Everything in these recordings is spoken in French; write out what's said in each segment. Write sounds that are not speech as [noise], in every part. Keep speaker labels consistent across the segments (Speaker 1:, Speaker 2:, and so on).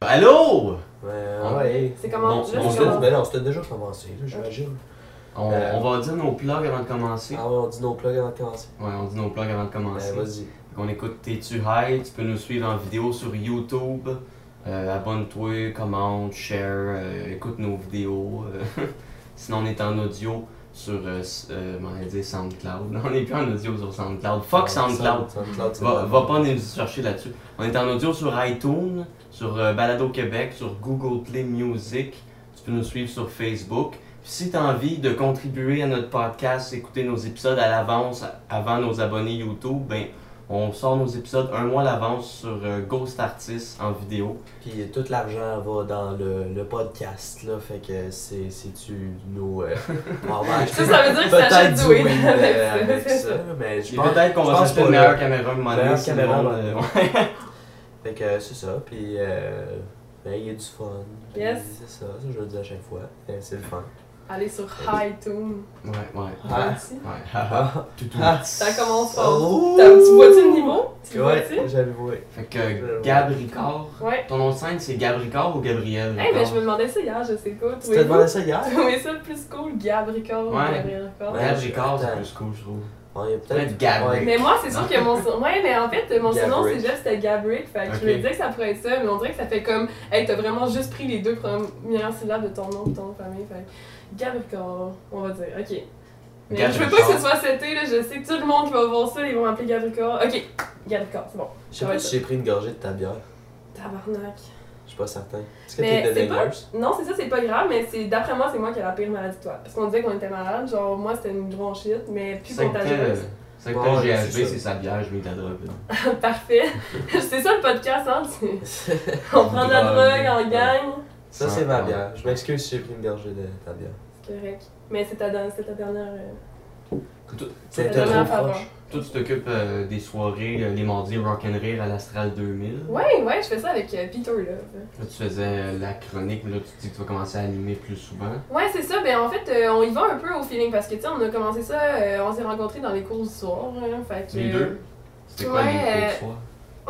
Speaker 1: Allô?
Speaker 2: Euh, ouais.
Speaker 3: C'est comment
Speaker 1: Non,
Speaker 3: tu
Speaker 1: non,
Speaker 3: l'as, c'est
Speaker 1: c'est-
Speaker 3: comment-
Speaker 2: Ben non, c'était déjà commencé, là, j'imagine.
Speaker 1: On,
Speaker 2: Euh,
Speaker 1: on va dire nos plugs avant de commencer.
Speaker 2: Ah ouais, on dit nos plugs avant de commencer.
Speaker 1: Ouais, on dit nos plugs avant de commencer.
Speaker 2: Ah. Ben vas-y.
Speaker 1: on écoute T'es-tu high? Tu peux nous suivre en vidéo sur YouTube. Euh, Abonne-toi, commente, share, euh, écoute nos vidéos. euh, [laughs] Sinon, on est en audio sur euh, s- euh, m'en allais dire SoundCloud. [laughs] Non, on n'est plus en audio sur SoundCloud.
Speaker 2: Ah,
Speaker 1: Fuck SoundCloud.
Speaker 2: SoundCloud, c'est
Speaker 1: Va,
Speaker 2: bon.
Speaker 1: va pas nous chercher là-dessus. On est en audio sur iTunes, sur euh, Balado Québec, sur Google Play Music. Tu peux nous suivre sur Facebook. Puis si tu as envie de contribuer à notre podcast, écouter nos épisodes à l'avance avant nos abonnés YouTube, ben on sort nos épisodes un mois à l'avance sur euh, Ghost Artist en vidéo.
Speaker 2: Puis euh, tout l'argent va dans le, le podcast, là. Fait que c'est- si tu nous. Euh, on va acheter
Speaker 3: Ça, ça veut dire que ça
Speaker 2: peut-être
Speaker 3: achète du weed [laughs]
Speaker 2: weed,
Speaker 3: avec
Speaker 2: euh,
Speaker 3: ça.
Speaker 2: avec ça. Mais je
Speaker 1: Puis
Speaker 2: pense.
Speaker 1: Peut-être qu'on
Speaker 2: je
Speaker 1: va
Speaker 2: pense
Speaker 1: s'acheter
Speaker 2: pas,
Speaker 1: une meilleure
Speaker 2: là.
Speaker 1: caméra un moment donné,
Speaker 2: Meilleure
Speaker 1: si le
Speaker 2: caméra,
Speaker 1: monde,
Speaker 2: là.
Speaker 1: euh,
Speaker 2: Fait que euh, c'est ça. Puis euh, ben, il y a du fun. Puis,
Speaker 3: Yes.
Speaker 2: C'est ça, ça je le dis à chaque fois. Euh, C'est le fun.
Speaker 3: Aller sur iTunes.
Speaker 1: ouais, ouais, ouais.
Speaker 2: Ah.
Speaker 1: ouais. Tout, tout.
Speaker 3: Ça commence fort.
Speaker 2: Oh!
Speaker 3: T'as- Tu vois-tu le niveau? Tu le vois-tu?
Speaker 2: Ouais, j'avais voué.
Speaker 1: Fait que euh, Gab Ricard.
Speaker 3: Ouais.
Speaker 1: Ton nom de scène, c'est Gab Ricard ou Gabriel
Speaker 3: Hey, mais
Speaker 1: Ricard?
Speaker 3: Eh, ben, je me demandais ça hier, je sais pas.
Speaker 2: Tu t'es
Speaker 3: [laughs] Trouvez-vous
Speaker 2: demandé ça hier?
Speaker 3: trouvez ça plus cool, Gabricor ou
Speaker 1: Ah Ouais.
Speaker 3: Gabricor?
Speaker 2: Ben,
Speaker 1: Gab Ricard, c'est
Speaker 2: Attends.
Speaker 1: plus cool, je trouve.
Speaker 2: On y a
Speaker 1: Peut-être
Speaker 2: peut-être.
Speaker 1: Gab.
Speaker 2: Ouais.
Speaker 3: Mais moi, c'est sûr que mon surnom. Ouais, mais en fait, mon surnom, c'est
Speaker 2: Gabrick.
Speaker 3: juste c'était Gabrick. Fait que
Speaker 1: Ok.
Speaker 3: je me disais que ça pourrait être ça, mais on dirait que ça fait comme. Hey, t'as vraiment juste pris les deux premières syllabes de ton nom et ton famille. Fait que Gabricor, on va dire. Ok. Mais je veux pas que ce soit cet été, là. Je sais que tout le monde qui va voir ça, ils vont m'appeler Gabricor. Ok, Gabricor, c'est bon.
Speaker 2: Je sais pas si j'ai pris une gorgée de ta bière.
Speaker 3: Tabarnak.
Speaker 2: Je suis pas certain. Est-ce que
Speaker 3: Mais
Speaker 2: t'es
Speaker 3: c'est pas- [laughs]
Speaker 2: dédaigneuse?
Speaker 3: Non, c'est ça, c'est pas grave, mais c'est d'après moi, c'est moi qui ai la pire maladie de toi. Parce qu'on disait qu'on était malade, genre moi c'était une bronchite, mais plus
Speaker 1: C'est que
Speaker 3: contagieuse.
Speaker 1: c'est que
Speaker 2: Ouais,
Speaker 1: t'as
Speaker 2: ouais,
Speaker 1: GHB,
Speaker 2: c'est ça.
Speaker 1: c'est sa bière, je mets de la drogue. là.
Speaker 3: [laughs] Parfait. [laughs] c'est ça le podcast, hein? tu- On prend de la drogue, on gagne.
Speaker 2: Ça, c'est ma
Speaker 1: Ouais.
Speaker 2: bière. Je m'excuse si j'ai pris une gorgée de ta bière.
Speaker 3: C'est correct. Mais c'est ta, dan- c'est ta dernière. euh,
Speaker 2: C'est
Speaker 3: ta dernière
Speaker 2: trop
Speaker 3: faveur.
Speaker 2: proche.
Speaker 1: Toi, tu t'occupes euh, des soirées, euh, les mardis Rock and Rire à l'Astral 2000.
Speaker 3: Ouais, ouais, je fais ça avec euh, Peter Love.
Speaker 1: Là, tu faisais euh, la chronique, mais là, tu te dis que tu vas commencer à animer plus souvent.
Speaker 3: Ouais, c'est ça. Ben en fait, euh, on y va un peu au feeling parce que tu sais, on a commencé ça, euh, on s'est rencontrés dans les cours du soir. hein, fait que,
Speaker 1: Les deux? C'était quoi
Speaker 3: ouais,
Speaker 1: les
Speaker 3: euh,
Speaker 1: cours soir?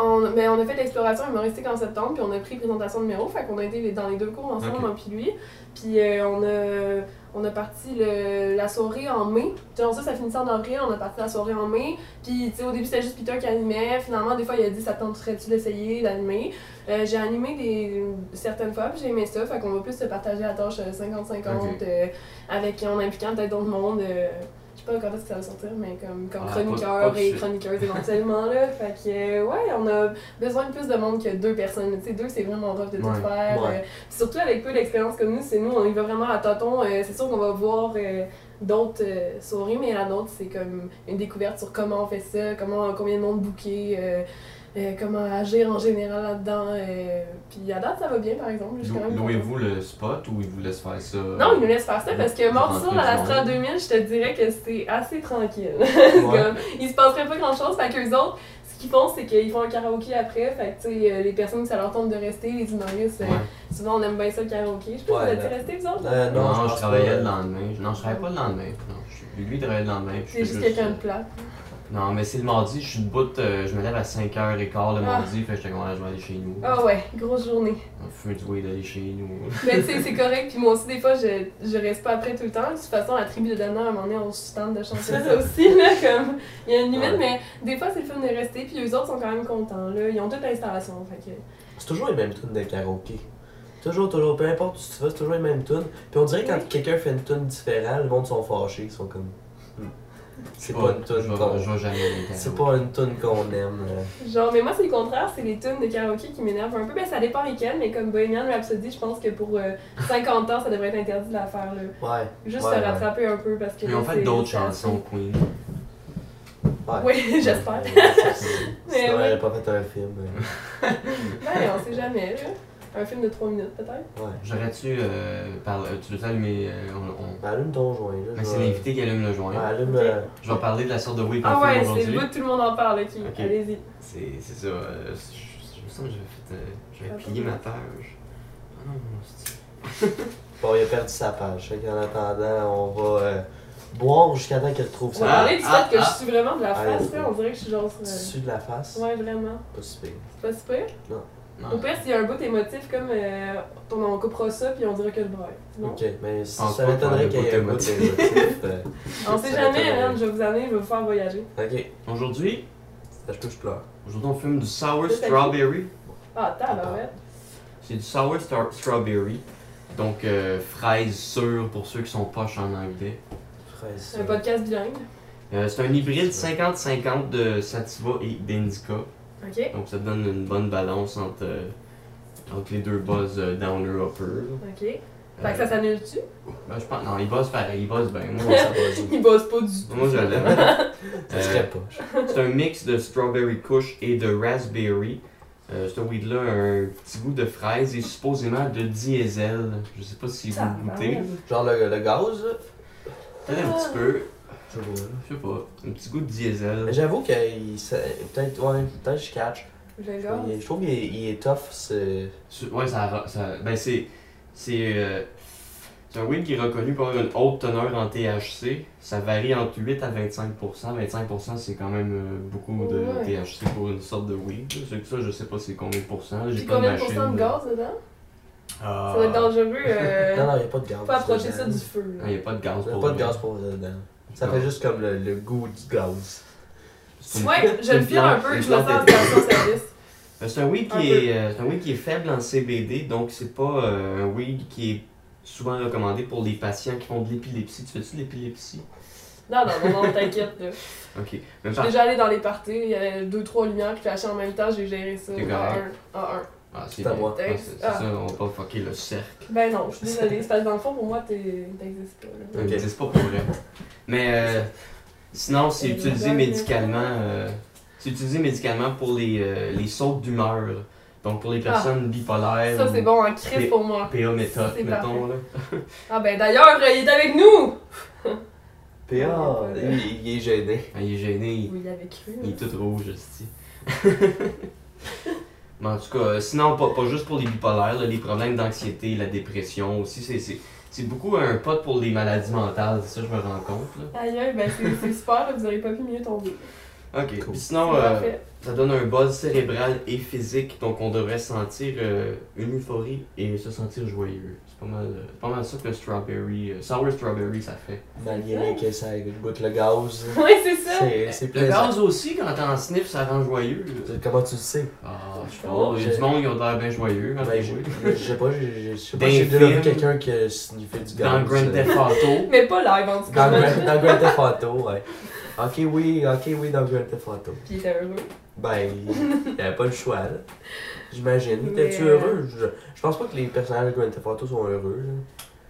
Speaker 3: On, mais on a fait l'exploration humoristique en septembre, puis on a pris présentation de numéro, fait qu'on a été les- dans les deux cours ensemble,
Speaker 1: Ok.
Speaker 3: moi puis lui. Puis euh, on a, on a parti le- la soirée en mai. Genre ça, ça finissait en avril, on a parti la soirée en mai. Puis tu sais, au début, c'était juste Peter qui animait. Finalement, des fois, il a dit « ça te tenterait-tu d'essayer d'animer? Euh, J'ai animé des, certaines fois, puis j'ai aimé ça, fait qu'on va plus se partager la tâche euh, 50-50,
Speaker 1: Ok.
Speaker 3: euh, avec, en impliquant peut-être d'autres mondes. euh, je sais pas quand est-ce que ça va sortir, mais comme, comme
Speaker 1: Ah, pas-
Speaker 3: chroniqueur
Speaker 1: pas
Speaker 3: et
Speaker 1: sûr.
Speaker 3: chroniqueuse
Speaker 1: [laughs]
Speaker 3: éventuellement, là. Fait que, euh, ouais, on a besoin de plus de monde que deux personnes. Tu sais, deux, c'est vraiment rough de tout
Speaker 1: Ouais,
Speaker 3: faire.
Speaker 2: ouais.
Speaker 3: euh, puis surtout avec peu d'expérience comme nous, c'est nous, on y va vraiment à tâtons. euh, c'est sûr qu'on va voir euh, d'autres euh, soirées, mais la nôtre, c'est comme une découverte sur comment on fait ça, comment, combien de monde booker, euh, euh, comment agir en général là-dedans. euh, puis à date, ça va bien, par exemple. Je suis quand
Speaker 1: Lou-
Speaker 3: même contente.
Speaker 1: Louez-vous le spot ou ils vous laissent faire ça?
Speaker 3: Non, ils nous laissent faire ça parce que mort
Speaker 1: Rentrez
Speaker 3: sur à
Speaker 1: du
Speaker 3: l'Astra
Speaker 1: monde.
Speaker 3: 2000, je te dirais que c'est assez tranquille.
Speaker 2: Ouais.
Speaker 3: [laughs] Comme, il se passerait pas grand chose, fait qu'eux autres, ce qu'ils font, c'est qu'ils font un karaoké après, fait que tu sais, euh, les personnes que ça leur tente de rester, les humoristes, euh,
Speaker 1: Ouais.
Speaker 3: souvent on aime bien ça le karaoké. Je sais pas,
Speaker 2: Ouais,
Speaker 3: si vous êtes
Speaker 2: là.
Speaker 3: resté vous autres?
Speaker 2: Euh,
Speaker 1: Non, je,
Speaker 2: pense
Speaker 1: travaillais
Speaker 2: pas.
Speaker 1: le lendemain. Je- Non, je travaillais pas le lendemain. Non, je- lui, il travaillait le lendemain. puis
Speaker 3: C'est juste
Speaker 1: j'étais
Speaker 3: quelqu'un de plat.
Speaker 1: Non, mais c'est le mardi, je suis debout, euh, je me lève à 5h15 le
Speaker 3: Ah.
Speaker 1: mardi, fait que j'étais content, je vais aller chez nous.
Speaker 3: Ah ouais, grosse
Speaker 2: [laughs]
Speaker 3: journée.
Speaker 1: On feu du way d'aller chez nous.
Speaker 3: Mais tu sais, c'est correct, puis moi aussi, des fois, je, je reste pas après tout le temps. De toute façon, la tribu de Dana, à un moment donné, on se tente de
Speaker 2: [laughs]
Speaker 3: chanter ça aussi, là, comme, il y a une limite,
Speaker 2: Ouais.
Speaker 3: mais des fois, c'est le fun de rester, puis eux autres sont quand même contents, là. Ils ont toute l'installation, fait que...
Speaker 2: C'est toujours les mêmes tunes de karaoké. Toujours, toujours, peu importe où tu vas, c'est toujours les mêmes tunes. Puis on dirait que quand quelqu'un fait une tune différente, le monde sont fâchés, ils sont comme. Hmm. [laughs] C'est pas une
Speaker 1: Je vais-
Speaker 2: tune qu'on.
Speaker 1: Je vais jamais aller au
Speaker 2: C'est
Speaker 1: karaoké.
Speaker 2: pas une tune qu'on aime. euh.
Speaker 3: Genre, mais moi, c'est le contraire, c'est les tunes de karaoké qui m'énervent un peu. Ben, ça dépend lesquelles, mais comme Bohemian Rhapsody, je pense que pour euh, 50 ans, ça devrait être interdit de la faire, là.
Speaker 2: Ouais.
Speaker 3: Juste
Speaker 2: Ouais,
Speaker 3: se
Speaker 2: ouais.
Speaker 3: rattraper un peu parce que.
Speaker 1: Ils ont fait
Speaker 3: c'est-
Speaker 1: d'autres
Speaker 3: c'est
Speaker 1: chansons, Queen.
Speaker 3: assez- [laughs] Oui, j'espère. [laughs] Mais
Speaker 2: Sinon,
Speaker 3: ouais.
Speaker 2: elle a pas fait un film. euh.
Speaker 3: Ben, on sait jamais, là. Un film de 3 minutes, peut-être.
Speaker 2: Ouais.
Speaker 1: J'aurais-tu. Euh, parler- euh, tu veux allumer. euh, on- on-
Speaker 2: Ben, Allume ton joint, là.
Speaker 1: Mais
Speaker 2: je
Speaker 1: c'est
Speaker 2: vais-
Speaker 1: l'invité qui allume le
Speaker 2: Ouais,
Speaker 1: joint.
Speaker 2: allume.
Speaker 3: Ok.
Speaker 2: euh,
Speaker 1: Je vais parler de la sorte de Way qu'on
Speaker 3: Ah
Speaker 1: fait
Speaker 3: ouais, c'est le
Speaker 1: aujourd'hui.
Speaker 3: bout, tout le monde en parle, ok.
Speaker 1: Ok.
Speaker 3: Allez-y.
Speaker 1: C'est c'est ça. euh, je je me sens que j'avais fait. euh, J'avais
Speaker 3: Attends.
Speaker 1: plié ma page. Ah non, c'est-
Speaker 2: Bon, il a perdu sa page. Fait qu'en attendant, on va euh, boire jusqu'à temps qu'il retrouve
Speaker 3: On va
Speaker 2: sa
Speaker 1: Ah,
Speaker 3: parler du
Speaker 1: ah,
Speaker 3: fait que
Speaker 1: ah.
Speaker 3: je suis vraiment de la
Speaker 2: Allez.
Speaker 3: face, là. On dirait que je suis genre. sur-
Speaker 2: dessus de la face.
Speaker 3: Ouais, vraiment.
Speaker 2: Pas si pire.
Speaker 3: C'est pas super?
Speaker 2: Non.
Speaker 1: Ah.
Speaker 3: Au pire, s'il y a un bout émotif, comme euh, on, on coupera ça, puis on dira que je braille. Non?
Speaker 2: Ok, mais si
Speaker 1: En
Speaker 2: ça
Speaker 1: quoi,
Speaker 2: m'étonnerait
Speaker 1: pour le
Speaker 2: qu'il y ait un bout
Speaker 1: côté
Speaker 2: d'émotif.
Speaker 1: [laughs]
Speaker 2: euh,
Speaker 3: On sait
Speaker 2: Ça
Speaker 3: jamais,
Speaker 2: m'étonnerait.
Speaker 3: man, je vais vous amener, je vais vous faire voyager.
Speaker 2: Ok,
Speaker 1: Aujourd'hui,
Speaker 2: ça je touche pleure.
Speaker 1: aujourd'hui on fume du sour
Speaker 3: Tout à fait.
Speaker 1: strawberry.
Speaker 3: Ah, tabarouette.
Speaker 1: C'est du sour star- strawberry. Donc euh, fraise sûre pour ceux qui sont poches en anglais.
Speaker 2: Fraise.
Speaker 3: C'est un
Speaker 2: ça.
Speaker 3: podcast bilingue.
Speaker 1: Euh, c'est un hybride 50-50 de sativa et d'indica.
Speaker 3: Ok.
Speaker 1: Donc ça donne une bonne balance entre, euh, entre les deux buzz euh, downer-upper.
Speaker 3: Ok. Fait que
Speaker 1: Euh.
Speaker 3: ça s'annule-tu? [laughs]
Speaker 1: Ben, je pense, non, il bosse pareil, il bosse bien. Ben, Moi,
Speaker 2: Ça va, je-
Speaker 3: Il bosse pas du tout.
Speaker 1: moi je l'aime. Euh,
Speaker 2: Ça serait poche.
Speaker 1: C'est un mix de strawberry kush et de raspberry. Euh, ce weed-là a un petit goût de fraise et supposément de diesel. Je sais pas si vous le goûtez.
Speaker 3: Tabarouette.
Speaker 2: Genre le, le gaz, là.
Speaker 1: Peut-être un petit peu,
Speaker 2: Je vois, là.
Speaker 1: je sais pas, un petit goût de diesel.
Speaker 2: J'avoue que il sait- peut-être, ouais, peut-être je catch.
Speaker 3: Je
Speaker 2: Il
Speaker 3: le
Speaker 2: est-
Speaker 3: gosse.
Speaker 2: Je trouve qu'il est, il est tough, c'est.
Speaker 1: Su- Ouais, ça, ra- ça- ben c'est, c'est, euh, c'est un weed qui est reconnu pour avoir une haute teneur en THC. Ça varie entre 8 à 25 25 c'est quand même euh, beaucoup de
Speaker 3: Ouais.
Speaker 1: THC pour une sorte de weed. C'est que ça, je sais pas c'est combien de pourcents. J'ai
Speaker 3: Puis
Speaker 1: pas de
Speaker 3: combien de
Speaker 1: machine.
Speaker 3: pourcents de
Speaker 1: là.
Speaker 3: gaz dedans?
Speaker 1: Ah.
Speaker 3: Ça doit être dangereux.
Speaker 1: [laughs]
Speaker 2: Non,
Speaker 3: Euh,
Speaker 2: non, il n'y a pas de gaz.
Speaker 3: faut pas approcher
Speaker 2: dedans.
Speaker 3: ça du feu.
Speaker 1: Non,
Speaker 3: là.
Speaker 1: Il n'y Ah, a pas de gaz
Speaker 2: Il n'y
Speaker 1: pour
Speaker 2: a pas de
Speaker 1: vrai.
Speaker 2: gaz pour vrai dedans. Ça
Speaker 1: Non.
Speaker 2: fait juste comme le, le goût du gaz.
Speaker 1: C'est une-
Speaker 3: Ouais, je
Speaker 1: c'est
Speaker 3: le
Speaker 1: une
Speaker 3: file un
Speaker 1: plante-
Speaker 3: peu,
Speaker 1: une
Speaker 3: je me sens en
Speaker 1: plante
Speaker 3: station service.
Speaker 1: Euh, C'est un, weed
Speaker 3: Un peu.
Speaker 1: qui est, euh, c'est un weed qui est faible en CBD, donc c'est pas euh, un weed qui est souvent recommandé pour les patients qui font de l'épilepsie. Tu fais-tu de l'épilepsie?
Speaker 3: Non, non,
Speaker 1: [laughs]
Speaker 3: non, non, t'inquiète. là.
Speaker 1: Ok. Même
Speaker 3: Je suis déjà allé dans les parties, il y avait deux, trois lumières qui flashaient en même temps, j'ai géré ça.
Speaker 1: T'es
Speaker 3: Ah,
Speaker 1: correct.
Speaker 3: un, ah, un.
Speaker 1: Ah,
Speaker 2: C'est
Speaker 1: c'est
Speaker 2: à
Speaker 1: bien.
Speaker 2: moi.
Speaker 1: Ah, c'est- c'est
Speaker 3: Ah.
Speaker 1: ça, on va pas fucker le cercle.
Speaker 3: Ben non, je suis désolée. C'est parce que dans le fond, pour moi, t'es- t'existes pas. là.
Speaker 1: Ça n'existe Euh, pas pour vrai. Mais euh, sinon, c'est
Speaker 3: Et
Speaker 1: utilisé
Speaker 3: les
Speaker 1: médicalement. euh, c'est utilisé médicalement pour les, euh, les sautes d'humeur. Donc pour les personnes bipolaires.
Speaker 3: Ah. Ça,
Speaker 1: ou
Speaker 3: c'est bon en crise
Speaker 1: Mais-
Speaker 3: pour moi.
Speaker 1: PA méthode,
Speaker 3: C'est
Speaker 1: mettons. Là.
Speaker 3: Ah ben d'ailleurs, euh, il est avec nous!
Speaker 2: PA,
Speaker 3: Ouais, ouais.
Speaker 2: ah, il, il est gêné.
Speaker 1: Ah, il est gêné, il-
Speaker 3: Oui, il avait cru.
Speaker 1: Il est tout rouge, aussi. [laughs] Mais en tout cas, euh, sinon, pas, pas juste pour les bipolaires, là, les problèmes d'anxiété, la dépression aussi, c'est- c'est c'est beaucoup un pote pour les maladies mentales, ça je me rends compte. là.
Speaker 3: Aïe, aïe, ben c'est c'est super, là, vous aurez pas pu mieux tomber.
Speaker 1: Ok,
Speaker 2: Cool.
Speaker 1: puis sinon,
Speaker 3: C'est
Speaker 1: euh,
Speaker 3: parfait. [laughs]
Speaker 1: ça donne un buzz cérébral et physique, donc on devrait sentir euh, une euphorie et se sentir joyeux. C'est pas mal, euh, c'est pas mal ça que le strawberry, euh, sour strawberry, ça fait.
Speaker 2: Malgré que ça goûte le gaz.
Speaker 3: Ouais, c'est ça!
Speaker 2: C'est c'est
Speaker 1: Le
Speaker 2: plaisant.
Speaker 1: gaz aussi, quand t'en sniff, ça rend joyeux. là.
Speaker 2: Comment tu le sais?
Speaker 1: Ah, je sais
Speaker 3: Oh,
Speaker 1: pas, il y a du
Speaker 2: je-
Speaker 1: monde qui ont l'air bien joyeux. hein, quand
Speaker 2: Ben,
Speaker 1: ils jouent.
Speaker 2: je je sais pas, j'ai- j'ai- je sais pas,
Speaker 1: Dans
Speaker 2: j'ai déjà vu
Speaker 1: film.
Speaker 2: quelqu'un qui a sniffé du gaz.
Speaker 1: Dans Grand
Speaker 2: euh,
Speaker 1: Theft Auto.
Speaker 3: Mais pas live en
Speaker 2: Dans
Speaker 3: tout cas.
Speaker 2: Grand- dans Grand Theft Auto, ouais. Ok, oui, ok, oui, dans Grand Theft Auto.
Speaker 3: Puis il était heureux.
Speaker 2: Ben, il n'y avait pas le choix, là. J'imagine.
Speaker 3: Mais- euh,
Speaker 2: T'es-tu heureux? Je, je pense pas que les personnages de Grand Theft Auto sont heureux,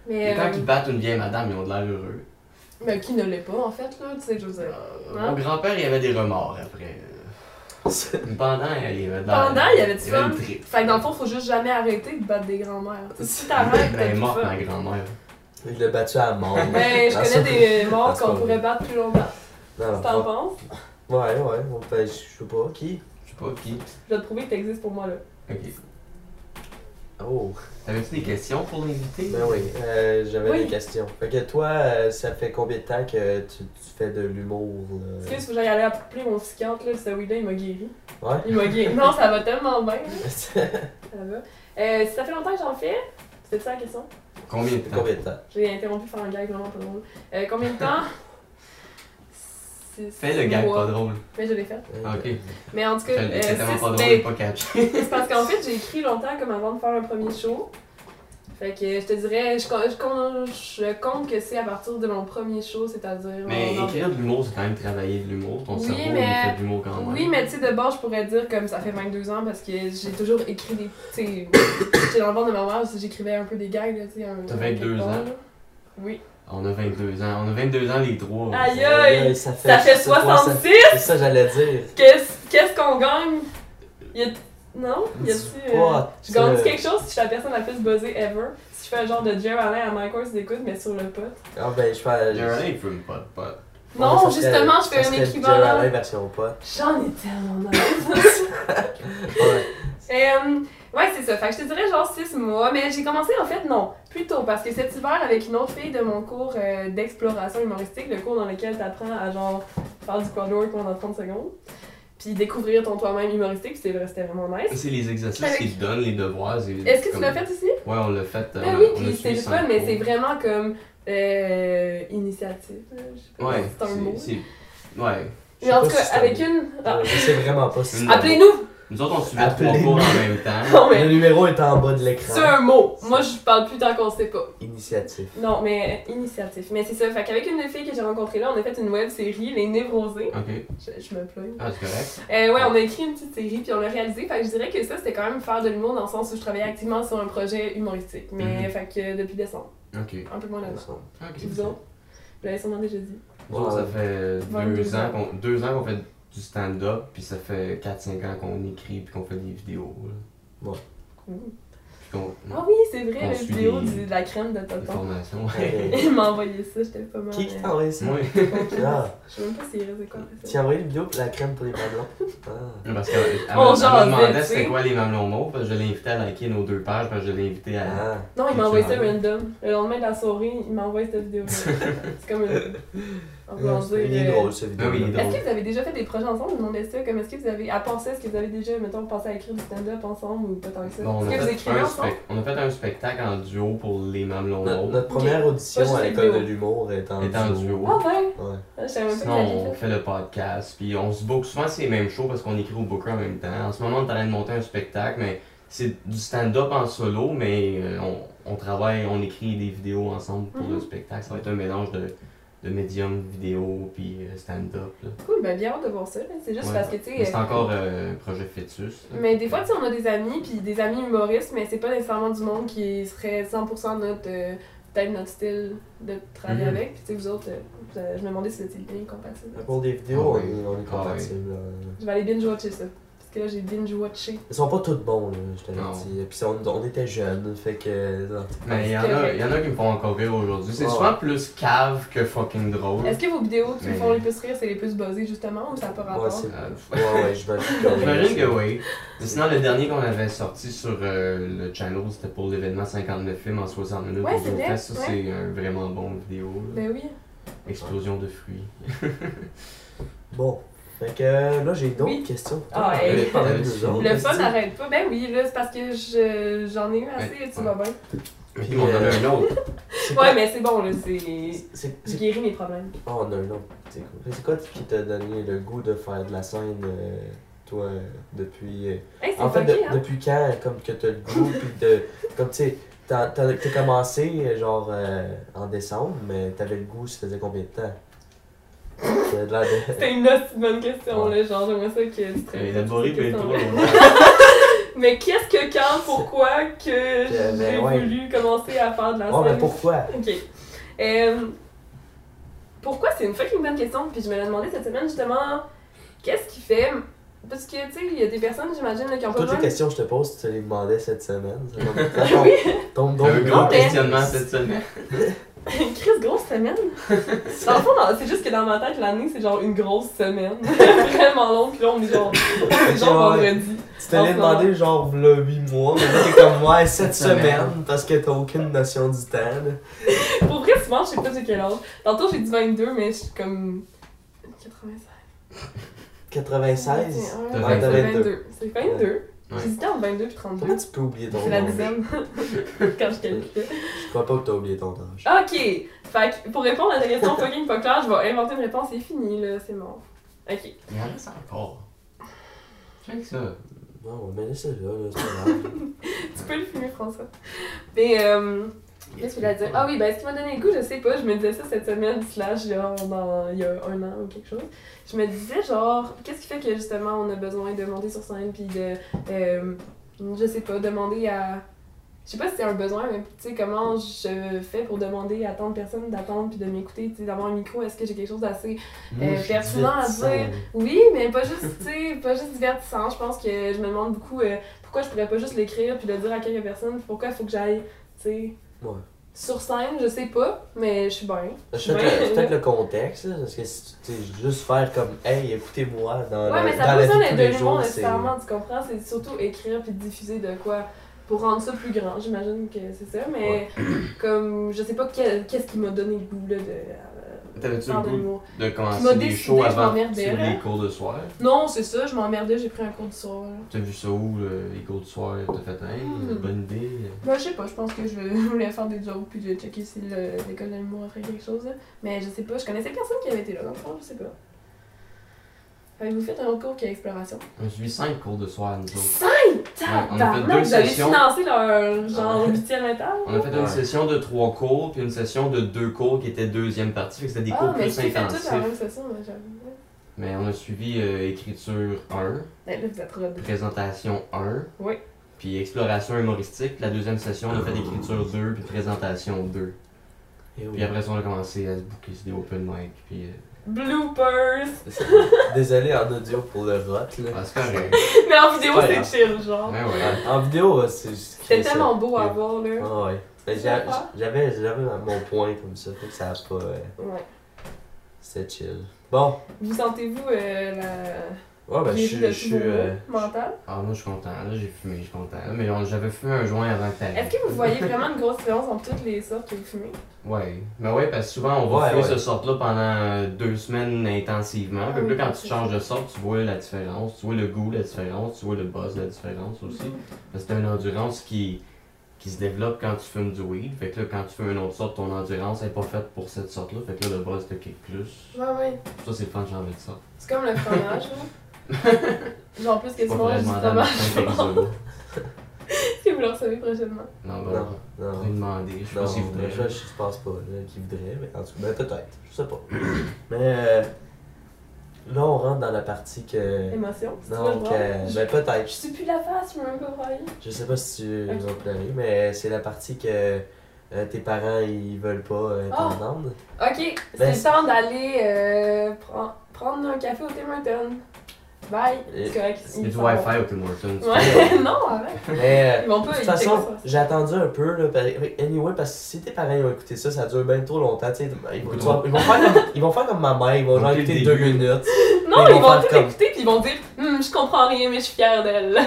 Speaker 2: là.
Speaker 1: Et
Speaker 3: Mais,
Speaker 1: quand
Speaker 3: euh,
Speaker 1: ils battent une vieille madame, ils ont de l'air heureux.
Speaker 3: mais qui ne l'est pas en fait, là, tu sais, je veux
Speaker 1: Euh,
Speaker 3: dire.
Speaker 1: Mon grand-père, il avait des remords après. Euh, Pendant, il avait de l'air-
Speaker 3: Pendant, il y avait du
Speaker 1: il avait
Speaker 3: fun.
Speaker 1: une tripe.
Speaker 3: Fait que dans le fond, faut juste jamais arrêter de battre des grands-mères. Tu sais, Si t'arrêtes,
Speaker 1: Ben, Elle
Speaker 3: t'es
Speaker 1: est
Speaker 3: plus
Speaker 1: morte, ma
Speaker 3: fort.
Speaker 1: grand-mère.
Speaker 2: Je l'ai battu à mort.
Speaker 3: Ben, je
Speaker 2: Dans ça-
Speaker 3: connais des
Speaker 2: dans
Speaker 3: morts
Speaker 2: ça,
Speaker 3: qu'on
Speaker 2: oui.
Speaker 3: pourrait battre plus longtemps.
Speaker 2: Non,
Speaker 3: Tu
Speaker 2: non,
Speaker 3: t'en
Speaker 2: pas-
Speaker 3: penses?
Speaker 2: Ouais, ouais. bon, ben, je sais pas, qui?
Speaker 1: Je sais pas qui.
Speaker 3: Je vais te prouver que t'existes pour moi, là.
Speaker 1: Ok.
Speaker 2: Oh,
Speaker 1: T'avais-tu des questions pour l'invité?
Speaker 2: ben oui, euh, j'avais
Speaker 3: Oui.
Speaker 2: des questions. Fait que toi, euh, ça fait combien de temps que tu, tu fais de l'humour? euh? là?
Speaker 3: Excuse, faut que j'aille aller appeler mon psychiatre, là, ce weed-là, il m'a guéri.
Speaker 2: Ouais? [laughs]
Speaker 3: Il m'a guéri. Non, ça va tellement bien, là. ça va. Euh, si ça fait longtemps que j'en fais, c'était ça la question?
Speaker 1: Combien de temps?
Speaker 2: combien de temps?
Speaker 3: J'ai interrompu pour faire un gag vraiment pas drôle. Euh, combien de temps? Six
Speaker 1: Fais le gag
Speaker 3: mois.
Speaker 1: pas drôle.
Speaker 3: Mais je l'ai fait.
Speaker 1: Ah, ok.
Speaker 3: Mais en tout cas,
Speaker 1: Fais le
Speaker 3: euh,
Speaker 1: gag tellement
Speaker 3: six-
Speaker 1: pas
Speaker 3: ben,
Speaker 1: drôle, pas catché.
Speaker 3: C'est parce qu'en fait, j'ai écrit longtemps comme avant de faire un premier show. Fait que je te dirais, je, com- je, com- je compte que c'est à partir de mon premier show, c'est-à-dire.
Speaker 1: Mais
Speaker 3: en-
Speaker 1: écrire de l'humour, c'est quand même travailler de l'humour. Ton
Speaker 3: Oui,
Speaker 1: cerveau, il
Speaker 3: mais-
Speaker 1: fait de l'humour quand même.
Speaker 3: Oui, mais tu sais, de base, je pourrais dire comme ça fait 22 ans parce que j'ai toujours écrit des. Tu sais, j'étais dans le ventre de ma mère, j'écrivais un peu des gags, là, tu sais. un-
Speaker 1: T'as 22
Speaker 3: un- quelque part,
Speaker 1: ans?
Speaker 3: là. Oui.
Speaker 1: On a 22 ans. On a 22 ans, les trois.
Speaker 3: Aïe aïe!
Speaker 2: ça
Speaker 3: Ça fait
Speaker 2: c'est quoi,
Speaker 3: 66!
Speaker 2: C'est ça, j'allais dire.
Speaker 3: Qu'est-ce qu'est-ce qu'on gagne? Y a Non? Y a-tu. euh,
Speaker 2: Quoi?
Speaker 3: Je gagne quelque chose si je suis la personne la plus buzzée ever? Si je fais un genre de Jerry Alain à Mike Horse d'écoute, mais sur le pot?
Speaker 2: Ah, ben, je fais.
Speaker 1: Jerry, il fume pas de pot.
Speaker 3: Non, justement, je fais un
Speaker 2: Jerry
Speaker 3: équivalent.
Speaker 2: version pote.
Speaker 3: J'en ai tellement [laughs]
Speaker 2: Ouais.
Speaker 3: euh, Ouais, c'est ça. Fait que je te dirais genre 6 mois, mais j'ai commencé en fait, non, plus tôt, parce que cet hiver, avec une autre fille de mon cours euh, d'exploration humoristique, le cours dans lequel t'apprends à genre faire du quadro en 30 secondes. puis découvrir ton toi-même humoristique, puis c'est vrai, c'était vraiment nice.
Speaker 1: C'est les exercices
Speaker 3: Avec-
Speaker 1: qu'ils te donnent, les devoirs. c'est-
Speaker 3: Est-ce que tu
Speaker 1: comme-
Speaker 3: l'as fait ici?
Speaker 1: Ouais, on l'a fait. euh,
Speaker 3: Ben
Speaker 1: on-
Speaker 3: oui,
Speaker 1: on a
Speaker 3: puis
Speaker 1: suivi
Speaker 3: c'est le
Speaker 1: sans
Speaker 3: fun, mais
Speaker 1: cours.
Speaker 3: c'est vraiment comme euh, initiative. euh, Je sais pas
Speaker 1: Ouais,
Speaker 3: si c'est un mot.
Speaker 1: c'est- Ouais.
Speaker 2: Je sais
Speaker 3: Mais en
Speaker 2: pas
Speaker 3: tout cas,
Speaker 2: si c'est un
Speaker 3: avec
Speaker 2: mot.
Speaker 3: une. Ah,
Speaker 2: Je sais vraiment pas si
Speaker 1: Une-
Speaker 3: Appelez-nous! [laughs]
Speaker 1: Nous autres, on suivait trois
Speaker 2: Appelez-nous.
Speaker 1: cours en même temps.
Speaker 3: Non, mais
Speaker 2: Le numéro est en bas de l'écran.
Speaker 3: c'est un mot. Moi, je parle plus tant qu'on sait pas.
Speaker 2: Initiative.
Speaker 3: Non, mais euh, initiative. Mais c'est ça. Fait qu'avec une fille que j'ai rencontrée là, on a fait une web série, Les Névrosés.
Speaker 1: Ok.
Speaker 3: Je, je me plains.
Speaker 1: Ah, c'est correct.
Speaker 3: Euh, ouais, on a écrit une petite série, puis on l'a réalisée. Fait que je dirais que ça, c'était quand même faire de l'humour dans le sens où je travaillais activement sur un projet humoristique. Mais fait que depuis décembre,
Speaker 1: Ok.
Speaker 3: un peu moins d'un an.
Speaker 2: Ensemble.
Speaker 1: Ok.
Speaker 3: Puis vous autres, vous l'avez sûrement déjà dit.
Speaker 1: Nous autres, ça fait deux
Speaker 3: 22
Speaker 1: ans
Speaker 3: ans.
Speaker 1: qu'on deux ans qu'on fait du stand-up, puis ça fait 4-5 ans qu'on écrit, puis qu'on fait des vidéos. là.
Speaker 3: Ouh.
Speaker 1: Puis qu'on.
Speaker 3: Ah oui, c'est vrai,
Speaker 1: On
Speaker 3: la
Speaker 1: suit
Speaker 3: vidéo
Speaker 1: les-
Speaker 3: du- de la crème de
Speaker 1: Des
Speaker 3: Tonton.
Speaker 1: formations.
Speaker 2: Ouais.
Speaker 3: [laughs] Il m'a envoyé ça, j'étais pas mal.
Speaker 2: Qui qui
Speaker 3: euh,
Speaker 2: t'a
Speaker 1: [laughs]
Speaker 2: envoyé ça?
Speaker 1: Moi,
Speaker 2: Ah,
Speaker 3: Je sais même pas s'il reste quoi.
Speaker 2: tu as envoyé une vidéo pour la crème pour les mamelons? Ah.
Speaker 1: parce qu'elle elle me- elle
Speaker 3: On jasait,
Speaker 1: me demandait
Speaker 3: tu sais.
Speaker 1: c'était quoi les mamelons mauves, parce que je l'ai invité à liker nos deux pages, parce que je l'ai invité à.
Speaker 2: Ah.
Speaker 3: Non, il m'a envoyé ça
Speaker 1: J'ai envoyé.
Speaker 3: random. Le lendemain de la soirée, il m'a envoyé
Speaker 1: [laughs]
Speaker 3: cette vidéo. C'est comme une. On peut en dire,
Speaker 2: Il est
Speaker 3: euh,
Speaker 2: drôle cette vidéo.
Speaker 1: Ah oui, il est drôle.
Speaker 3: Est-ce que vous avez déjà fait des projets ensemble? Je me demandais ça. Comme est-ce que vous avez. À penser, est-ce que vous avez déjà, mettons, pensé à écrire du stand-up ensemble ou pas tant que ça?
Speaker 1: Bon, on,
Speaker 3: est-ce que
Speaker 1: a
Speaker 3: vous
Speaker 1: fait
Speaker 3: écrivez
Speaker 1: un
Speaker 3: ensemble?
Speaker 1: spec- on a fait un spectacle en duo pour les mamelons
Speaker 2: Notre,
Speaker 1: mauves.
Speaker 2: notre première
Speaker 3: Moi,
Speaker 2: audition
Speaker 3: je
Speaker 2: à
Speaker 3: fais
Speaker 2: l'école de
Speaker 3: vidéo.
Speaker 2: l'humour est en
Speaker 1: Est en duo.
Speaker 3: Ah ben!
Speaker 2: Ouais.
Speaker 3: Je savais même pas que vous
Speaker 1: Sinon, on
Speaker 3: l'aviez fait.
Speaker 1: fait le podcast, puis on se book souvent c'est les mêmes shows parce qu'on écrit au booker en même temps. En ce moment, on est en train de monter un spectacle, mais c'est du stand-up en solo, mais euh, on, on travaille, on écrit des vidéos ensemble pour le
Speaker 3: Mhm.
Speaker 1: spectacle. Ça va être un mélange de, de médium, vidéo, puis euh, stand-up. là.
Speaker 3: Cool, ben bien hâte de voir ça. là. C'est juste
Speaker 1: Ouais.
Speaker 3: parce que, tu
Speaker 1: Mais
Speaker 3: sais.
Speaker 1: C'est encore euh, projet fœtus. là.
Speaker 3: Mais des fois, tu sais, on a des amis, puis des amis humoristes, mais c'est pas nécessairement du monde qui serait 100% notre, euh, peut-être notre style de travailler
Speaker 1: Mhm.
Speaker 3: avec. Puis, tu sais, vous autres, euh, vous avez- je me demandais si vous étiez bien compatibles.
Speaker 2: Pour des vidéos,
Speaker 1: Ah
Speaker 2: on,
Speaker 1: oui.
Speaker 2: est- on
Speaker 1: Ah
Speaker 2: est
Speaker 1: oui.
Speaker 2: compatibles. là.
Speaker 3: Je vais aller binge-watcher ça. Parce que là, j'ai binge-watché.
Speaker 2: Ils sont pas tous bons, là, je te
Speaker 1: Non.
Speaker 2: l'ai dit. Puis on, on était jeunes, fait que. euh, non.
Speaker 1: Mais il y, en a- il y en a qui me font encore rire aujourd'hui. C'est
Speaker 2: Ouais.
Speaker 1: souvent plus cave que fucking drôle.
Speaker 3: Est-ce que vos vidéos qui vous font
Speaker 1: Mais-
Speaker 3: les plus rire, c'est les plus buzzées, justement, ou ça n'a pas rapport?
Speaker 2: Ouais, c'est.
Speaker 1: Euh,
Speaker 2: Ouais,
Speaker 1: [laughs]
Speaker 2: ouais, je
Speaker 1: J'imagine que oui. Mais sinon, le dernier qu'on avait sorti sur euh, le channel, c'était pour l'événement 59 films en 60 minutes.
Speaker 3: Ouais,
Speaker 1: au
Speaker 3: c'est
Speaker 1: Zoo
Speaker 3: vrai,
Speaker 1: Fest. Ça,
Speaker 3: ouais.
Speaker 1: c'est un vraiment bon vidéo. là.
Speaker 3: Ben oui.
Speaker 1: Explosion de
Speaker 3: [laughs]
Speaker 1: fruits.
Speaker 2: Bon. Fait que euh, là, j'ai d'autres
Speaker 3: Oui.
Speaker 2: questions. pour
Speaker 3: Ah,
Speaker 2: toi.
Speaker 3: hey.
Speaker 2: On avait parlé de nous autres,
Speaker 3: Le fun
Speaker 2: est-ce que-
Speaker 3: n'arrête pas. Ben oui, là, c'est parce que je- j'en ai eu assez,
Speaker 1: Ouais.
Speaker 3: tu vas bien.
Speaker 1: Puis on en a
Speaker 2: euh,
Speaker 1: un autre.
Speaker 2: c'est quoi-
Speaker 3: Ouais, mais c'est bon, là, c'est.
Speaker 2: c'est-
Speaker 3: J'ai
Speaker 2: c'est-
Speaker 3: guéri mes problèmes.
Speaker 2: Ah, on a un autre. C'est quoi- c'est quoi qui t'a donné le goût de faire de la scène, euh, toi, euh, depuis. euh,
Speaker 3: Hey, c'est
Speaker 2: En fait, de-
Speaker 3: fucké, hein?
Speaker 2: depuis quand, comme que t'as le
Speaker 3: [laughs]
Speaker 2: goût, puis de, comme tu sais, t'as t'as- t'as commencé euh, genre euh, en décembre, mais t'avais le goût, ça faisait combien de temps? T'avais de l'air de-
Speaker 3: [laughs] C'était une autre bonne question,
Speaker 2: Ouais.
Speaker 3: là. Genre, j'aimerais ça que tu te
Speaker 1: Euh, Élaboré,
Speaker 3: cette
Speaker 1: puis
Speaker 3: question-là.
Speaker 1: drôle.
Speaker 3: [laughs]
Speaker 1: ouais.
Speaker 3: Mais qu'est-ce que, quand, pourquoi que j'ai
Speaker 2: ben ouais.
Speaker 3: voulu commencer à faire de la
Speaker 2: Ouais, ben mais
Speaker 3: scène?
Speaker 2: pourquoi?
Speaker 3: Ok. Euh, pourquoi c'est une fucking bonne question? Puis je me l'ai demandé cette semaine justement, qu'est-ce qui fait. Parce que, tu sais, il y a des personnes, j'imagine, là, qui ont pas
Speaker 2: Toutes les
Speaker 3: besoin. [laughs]
Speaker 2: questions que je te pose, tu te les demandais cette semaine. Ça tombe- ça tombe- tombe donc
Speaker 1: Un
Speaker 2: bien.
Speaker 1: gros
Speaker 3: mais-
Speaker 1: questionnement cette semaine.
Speaker 3: Une crise grosse
Speaker 2: [laughs]
Speaker 3: semaine? Dans le fond, dans- c'est juste que dans ma tête, l'année, c'est genre une grosse semaine. [laughs] Vraiment longue, puis là, on est
Speaker 2: [laughs]
Speaker 3: genre, on est [laughs] genre
Speaker 2: Ouais.
Speaker 3: vendredi.
Speaker 2: Tu te l'as
Speaker 3: En ce moment.
Speaker 2: demandé genre v'là 8 mois, mais là t'es comme ouais cette semaine parce que t'as aucune notion du temps. là.
Speaker 3: Pour vrai, souvent, je sais pas j'ai quel âge. Tantôt, j'ai dit 22, mais je suis comme. 96.
Speaker 2: 96?
Speaker 3: Ouais,
Speaker 1: T'as
Speaker 3: c'est
Speaker 2: 22.
Speaker 3: 22. C'est 22.
Speaker 1: Ouais.
Speaker 3: J'hésitais entre 22 puis 32.
Speaker 2: Comment tu peux oublier ton
Speaker 3: C'est la
Speaker 2: âge?
Speaker 3: dizaine. [laughs] Quand je calculais.
Speaker 2: Je crois pas que t'as oublié ton âge.
Speaker 3: Ok! Fait que pour répondre à ta question fucking pas claire, je vais inventer une réponse, c'est fini là, c'est mort. Ok. [laughs]
Speaker 1: Il y en a ça encore. Check ça.
Speaker 2: Non, mais laissez-le, là, c'est pas
Speaker 3: Euh,
Speaker 2: grave.
Speaker 3: Tu peux le fumer, François. Mais, euh, qu'est-ce qu'il a dit? Ah oui, ben, ce qui m'a donné le goût, je sais pas, je me disais ça cette semaine, slash, genre, dans, il y a un an ou quelque chose. Je me disais, genre, qu'est-ce qui fait que justement on a besoin de monter sur scène, puis de. euh, je sais pas, demander à. Je sais pas si c'est un besoin, mais tu sais, comment je fais pour demander à tant de personnes d'attendre puis de m'écouter, tu sais, d'avoir un micro, est-ce que j'ai quelque chose d'assez euh, pertinent à dire? Oui, mais pas juste, tu sais, pas juste divertissant. Je pense que je me demande beaucoup euh, pourquoi je pourrais pas juste l'écrire puis le dire à quelques personnes, puis pourquoi il faut que j'aille, tu sais.
Speaker 2: Ouais.
Speaker 3: Sur scène, je sais pas, mais je suis bien. Je
Speaker 2: C'est
Speaker 3: suis
Speaker 2: peut-être le-
Speaker 3: bien.
Speaker 2: c'est peut-être le contexte, là, parce que si tu tu sais, juste faire comme Hey, écoutez-moi dans,
Speaker 3: Ouais,
Speaker 2: la-
Speaker 3: mais ça
Speaker 2: dans
Speaker 3: n'a
Speaker 2: la vie
Speaker 3: pas besoin
Speaker 2: de tous
Speaker 3: d'être de
Speaker 2: les
Speaker 3: l'humour
Speaker 2: jours, c'est.
Speaker 3: nécessairement, tu comprends? C'est surtout écrire puis diffuser de quoi pour rendre ça plus grand. [clears throat] J'imagine que c'est ça, mais comme je sais pas quel- qu'est-ce qui m'a donné le goût là, de, euh,
Speaker 1: T'avais-tu le
Speaker 3: Genre de
Speaker 1: goût
Speaker 3: l'humour.
Speaker 1: de
Speaker 3: Tu m'as
Speaker 1: commencer des
Speaker 3: décidé,
Speaker 1: shows
Speaker 3: je
Speaker 1: avant
Speaker 3: m'emmerdais,
Speaker 1: sur
Speaker 3: là.
Speaker 1: les cours de soir?
Speaker 3: Non, c'est ça, je m'emmerdais, j'ai pris un cours du soir. là.
Speaker 1: T'as vu ça où, le- les cours de soir? T'as fait, hey,
Speaker 3: Hmm.
Speaker 1: bonne idée.
Speaker 3: Bah, je sais pas, je pense que je [laughs] voulais faire des jokes puis de checker si le- l'école de l'humour offrait quelque chose. là. Mais je sais pas, je connaissais personne qui avait été là, dans le fond, je sais pas. Fait que vous faites un autre cours qui est exploration.
Speaker 1: On suit cinq cours de soir, nous autres.
Speaker 3: 5
Speaker 1: on a fait deux
Speaker 3: Tabarnak, vous avez
Speaker 1: sessions.
Speaker 3: financé leur genre
Speaker 2: Ah ouais.
Speaker 3: 8 étage?
Speaker 1: On a fait une
Speaker 2: Ouais.
Speaker 1: session de trois cours, puis une session de deux cours qui était deuxième partie, fait que c'était des
Speaker 3: Ah,
Speaker 1: cours
Speaker 3: mais
Speaker 1: plus
Speaker 3: tu fais tout la
Speaker 1: intensifs.
Speaker 3: même session, moi, j'avoue.
Speaker 1: Mais on a suivi euh, écriture 1,
Speaker 3: Ben, Là, vous êtes rodés.
Speaker 1: présentation 1,
Speaker 3: Oui.
Speaker 1: puis exploration humoristique. Puis La deuxième session, on a fait écriture 2, puis présentation 2.
Speaker 2: Eh oui.
Speaker 1: Puis
Speaker 2: [laughs]
Speaker 1: après ça, on a commencé à se booker sur des open mic, puis... euh,
Speaker 3: Bloopers! [laughs]
Speaker 2: Désolé en audio pour le rot, là.
Speaker 1: Ah, c'est
Speaker 3: [laughs]
Speaker 1: correct.
Speaker 3: Mais en vidéo,
Speaker 2: Ouais,
Speaker 3: c'est
Speaker 2: hein.
Speaker 3: chill, genre.
Speaker 1: Ouais, ouais.
Speaker 2: En vidéo, c'est juste.
Speaker 3: C'était tellement beau à
Speaker 2: Ouais.
Speaker 3: voir, là.
Speaker 2: Ah ouais. Mais j'a- J'avais j'avais mon point comme ça, fait que ça a pas. euh,
Speaker 3: Ouais.
Speaker 2: C'était chill. Bon,
Speaker 3: Vous sentez-vous euh, la.
Speaker 2: ouais, ben je
Speaker 3: les-
Speaker 2: suis.
Speaker 3: le
Speaker 2: Je suis.
Speaker 3: nouveau
Speaker 2: euh,
Speaker 3: mental?
Speaker 1: Ah, moi, je suis content. Là, j'ai fumé, je suis content. Là, mais on- j'avais fumé un joint avant que t'arrives.
Speaker 3: Est-ce que vous voyez vraiment une grosse différence entre toutes les sortes que vous fumez?
Speaker 1: Ouais. Mais ouais, parce que souvent, on va
Speaker 2: Ouais,
Speaker 1: fumer
Speaker 2: ouais.
Speaker 1: ce sort-là pendant euh, deux semaines intensivement.
Speaker 3: Ah
Speaker 1: Puis
Speaker 3: oui,
Speaker 1: là, quand
Speaker 3: c'est
Speaker 1: tu
Speaker 3: ça.
Speaker 1: changes de sort, tu vois la différence. Tu vois le goût, la différence. Tu vois le buzz, la différence aussi.
Speaker 3: Mhm.
Speaker 1: Parce que t'as une endurance qui, qui se développe quand tu fumes du weed. Fait que là, quand tu fumes une autre sorte, ton endurance n'est pas faite pour cette sorte-là. Fait que là, le buzz te kick plus.
Speaker 3: Ouais, ouais.
Speaker 1: Ça, c'est le fun, j'ai envie de ça.
Speaker 3: C'est comme le fromage, là.
Speaker 1: [laughs]
Speaker 3: Genre, plus que tu
Speaker 1: Pas
Speaker 3: manges du
Speaker 1: vraiment dans le
Speaker 3: fromage.
Speaker 1: sein
Speaker 3: [laughs] genre.
Speaker 1: d'exo.
Speaker 3: Est-ce que vous le recevez prochainement?
Speaker 1: Non,
Speaker 2: Non,
Speaker 1: bon. On va
Speaker 2: euh, non.
Speaker 1: lui demander. Je sais pas
Speaker 2: Non,
Speaker 1: s'il voudrait.
Speaker 2: Je, je pense pas là, qu'il voudrait, mais en tout cas, ben, peut-être, je sais pas.
Speaker 1: [coughs]
Speaker 2: Mais euh, là, on rentre dans la partie que.
Speaker 3: Émotion? Si tu veux, je
Speaker 2: Donc,
Speaker 3: vois.
Speaker 2: euh,
Speaker 3: Je-
Speaker 2: ben peut-être.
Speaker 3: Je suis plus la face, je peux même pas parler.
Speaker 2: Je sais pas si tu
Speaker 3: Ok.
Speaker 2: vas pleurer, mais c'est la partie que euh, tes parents ils veulent pas euh,
Speaker 3: Ah. [laughs]
Speaker 2: t'entendre.
Speaker 3: Ok,
Speaker 2: Ben,
Speaker 3: c'est le temps d'aller euh, pren- prendre un café au Tim Hortons. Bye.
Speaker 2: Et-
Speaker 3: C'est correct.
Speaker 1: Il y a du
Speaker 3: sont-
Speaker 1: Wi-Fi au Tim Hortons. tu [laughs]
Speaker 3: Ouais, [laughs] non, arrête.
Speaker 2: Mais
Speaker 3: Ils
Speaker 2: euh,
Speaker 3: vont
Speaker 2: de
Speaker 3: pas
Speaker 2: toute
Speaker 3: ils
Speaker 2: façon,
Speaker 3: checkent ça.
Speaker 2: j'ai attendu un peu là, par- anyway parce que si tes parents ils vont écouter ça, ça dure bien trop longtemps. tu sais, Ils vont,
Speaker 1: Beaucoup
Speaker 2: ils
Speaker 1: trop.
Speaker 2: vont- ils vont faire comme, ils vont faire comme ma
Speaker 1: [laughs]
Speaker 2: mère, ils vont
Speaker 1: Ils vont
Speaker 2: genre
Speaker 1: écouter
Speaker 2: écouter
Speaker 1: le
Speaker 2: deux
Speaker 1: début.
Speaker 2: minutes. ils
Speaker 3: Non, ils
Speaker 2: vont
Speaker 3: vont
Speaker 2: faire
Speaker 3: tout
Speaker 2: comme-
Speaker 3: écouter puis ils vont dire Hum, je comprends rien, mais je suis fière d'elle.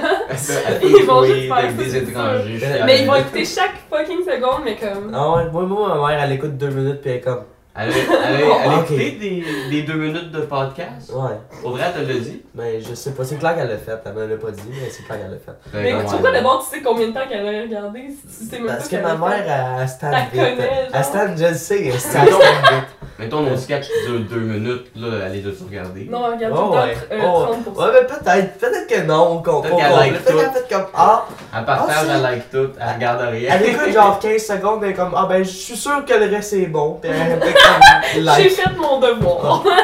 Speaker 1: Ils
Speaker 3: vont juste faire
Speaker 1: avec
Speaker 3: ça,
Speaker 1: des
Speaker 3: c'est
Speaker 1: étrangers. je suis
Speaker 2: [laughs] sûr.
Speaker 3: mais ils
Speaker 1: allé-
Speaker 3: vont écouter chaque fucking seconde, mais comme.
Speaker 2: Ah ouais, moi, moi, ma mère elle écoute deux minutes puis elle est comme.
Speaker 1: Elle
Speaker 3: [laughs]
Speaker 1: a- elle a- elle a
Speaker 2: Ah, ok.
Speaker 1: écouté des, des deux minutes de podcast.
Speaker 2: Ouais,
Speaker 1: Audrey, elle te l'a dit.
Speaker 2: mais Ben, je sais pas, c'est clair qu'elle l'a fait, elle me l'a pas dit, mais c'est clair qu'elle l'a fait.
Speaker 3: Mais
Speaker 1: Ben,
Speaker 3: pourquoi
Speaker 1: ouais.
Speaker 3: d'abord tu sais combien de temps qu'elle a regardé si tu sais même
Speaker 2: Parce
Speaker 3: pas
Speaker 2: que ma
Speaker 3: qu'elle a
Speaker 2: mère, elle, elle stand
Speaker 3: Elle
Speaker 2: vite.
Speaker 3: connaît, genre.
Speaker 2: Elle stand, je le sais, elle stand vite.
Speaker 3: [laughs]
Speaker 1: Mettons nos sketchs qui durent deux minutes, là, elle les a tous regardés.
Speaker 3: fait? Non, elle regarde
Speaker 2: Oh, ouais.
Speaker 3: tout le temps
Speaker 2: Oh,
Speaker 3: euh, 30%.
Speaker 2: Ouais, mais peut-être, peut-être que non, qu'on
Speaker 1: Peut-être
Speaker 2: qu'on-
Speaker 1: qu'elle
Speaker 2: qu'on-
Speaker 1: like
Speaker 2: Peut-être qu'elle fait comme Ah,
Speaker 1: Elle partage,
Speaker 2: Ah, ça-
Speaker 1: elle like tout, elle regarde rien.
Speaker 2: elle écoute genre 15 secondes, elle est comme Ah, ben, je suis sûr que le reste est bon. Puis elle fait comme
Speaker 3: [laughs] J'ai
Speaker 2: like. Oh.
Speaker 3: fait mon devoir. [laughs]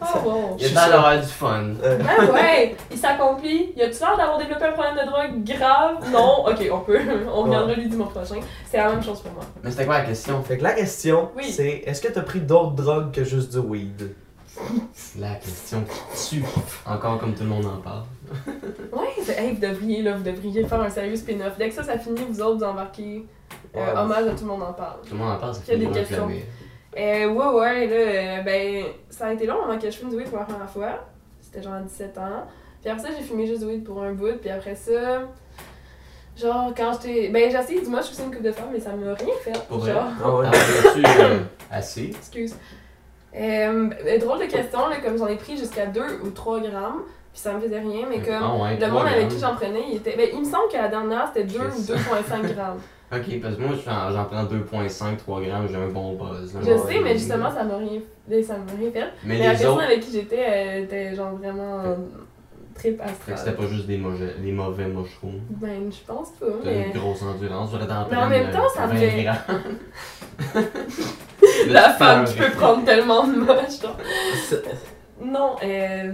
Speaker 3: Ah bon.
Speaker 1: [laughs] Il y a pas d'avoir du fun.
Speaker 2: Euh,
Speaker 3: Ah ouais, il s'accomplit. Il a-tu l'air d'avoir développé un problème de drogue grave? Non? Ok, on peut. On reviendra lui dimanche prochain. C'est la même chose pour moi.
Speaker 1: Mais c'était quoi la question?
Speaker 2: Fait que la question,
Speaker 3: Oui.
Speaker 2: c'est Est-ce que t'as pris d'autres drogues que juste du weed
Speaker 1: La question qui tue. Encore comme tout le monde en parle.
Speaker 3: Ouais, c'est- hey, vous devriez, là, vous devriez faire un sérieux spin-off. Dès que ça, ça finit, vous autres, vous embarquez. Euh,
Speaker 2: Ouais.
Speaker 3: hommage à tout le monde en parle.
Speaker 1: Tout le monde en parle, ça
Speaker 3: Il y a
Speaker 1: fait
Speaker 3: des questions. Euh, ouais, ouais, là, euh, ben, ça a été long avant que je fume du weed pour la première fois. C'était genre à 17 ans. Puis après ça, j'ai fumé juste du weed pour un bout. Puis après ça, genre, quand j'étais. Ben, j'ai essayé du moche aussi une coupe de femmes, mais ça m'a rien fait.
Speaker 1: Pour vrai?
Speaker 3: genre.
Speaker 2: Ah ouais.
Speaker 1: T'en as-tu
Speaker 3: [laughs]
Speaker 1: euh, assez?
Speaker 3: Excuse. Euh, ben, drôle de question, là, comme j'en ai pris jusqu'à 2 ou 3 grammes, puis ça me faisait rien, mais comme
Speaker 1: Ah ouais,
Speaker 3: le
Speaker 1: trois
Speaker 3: monde avec
Speaker 1: grammes.
Speaker 3: qui j'en prenais, il était. Ben, il me semble que la dernière c'était 2 ou
Speaker 1: C'est ça. [laughs]
Speaker 3: 2,5 grammes.
Speaker 1: Ok, parce que moi, j'en j'en prends 2.5, 3 grammes, j'ai un bon buzz. là.
Speaker 3: Je sais, mais justement, ça m'a rien, ben, ça m'a rien fait.
Speaker 1: Mais
Speaker 3: Mais la
Speaker 1: les
Speaker 3: personne
Speaker 1: autres,
Speaker 3: avec qui j'étais, elle était genre vraiment euh, trip
Speaker 1: fait que c'était
Speaker 3: astral.
Speaker 1: pas juste des mauvais, des mauvais mushrooms.
Speaker 3: Ben, je pense pas,
Speaker 1: T'as
Speaker 3: mais. [laughs]
Speaker 1: une grosse endurance, j'aurais d'en
Speaker 3: Mais
Speaker 1: prendre
Speaker 3: en même temps, ça
Speaker 1: euh, 20
Speaker 3: fait-
Speaker 1: grammes.
Speaker 3: [laughs] La
Speaker 1: Petit
Speaker 3: femme,
Speaker 1: peu.
Speaker 3: je peux prendre tellement de moche, genre.
Speaker 2: C'est-
Speaker 3: Non, euh.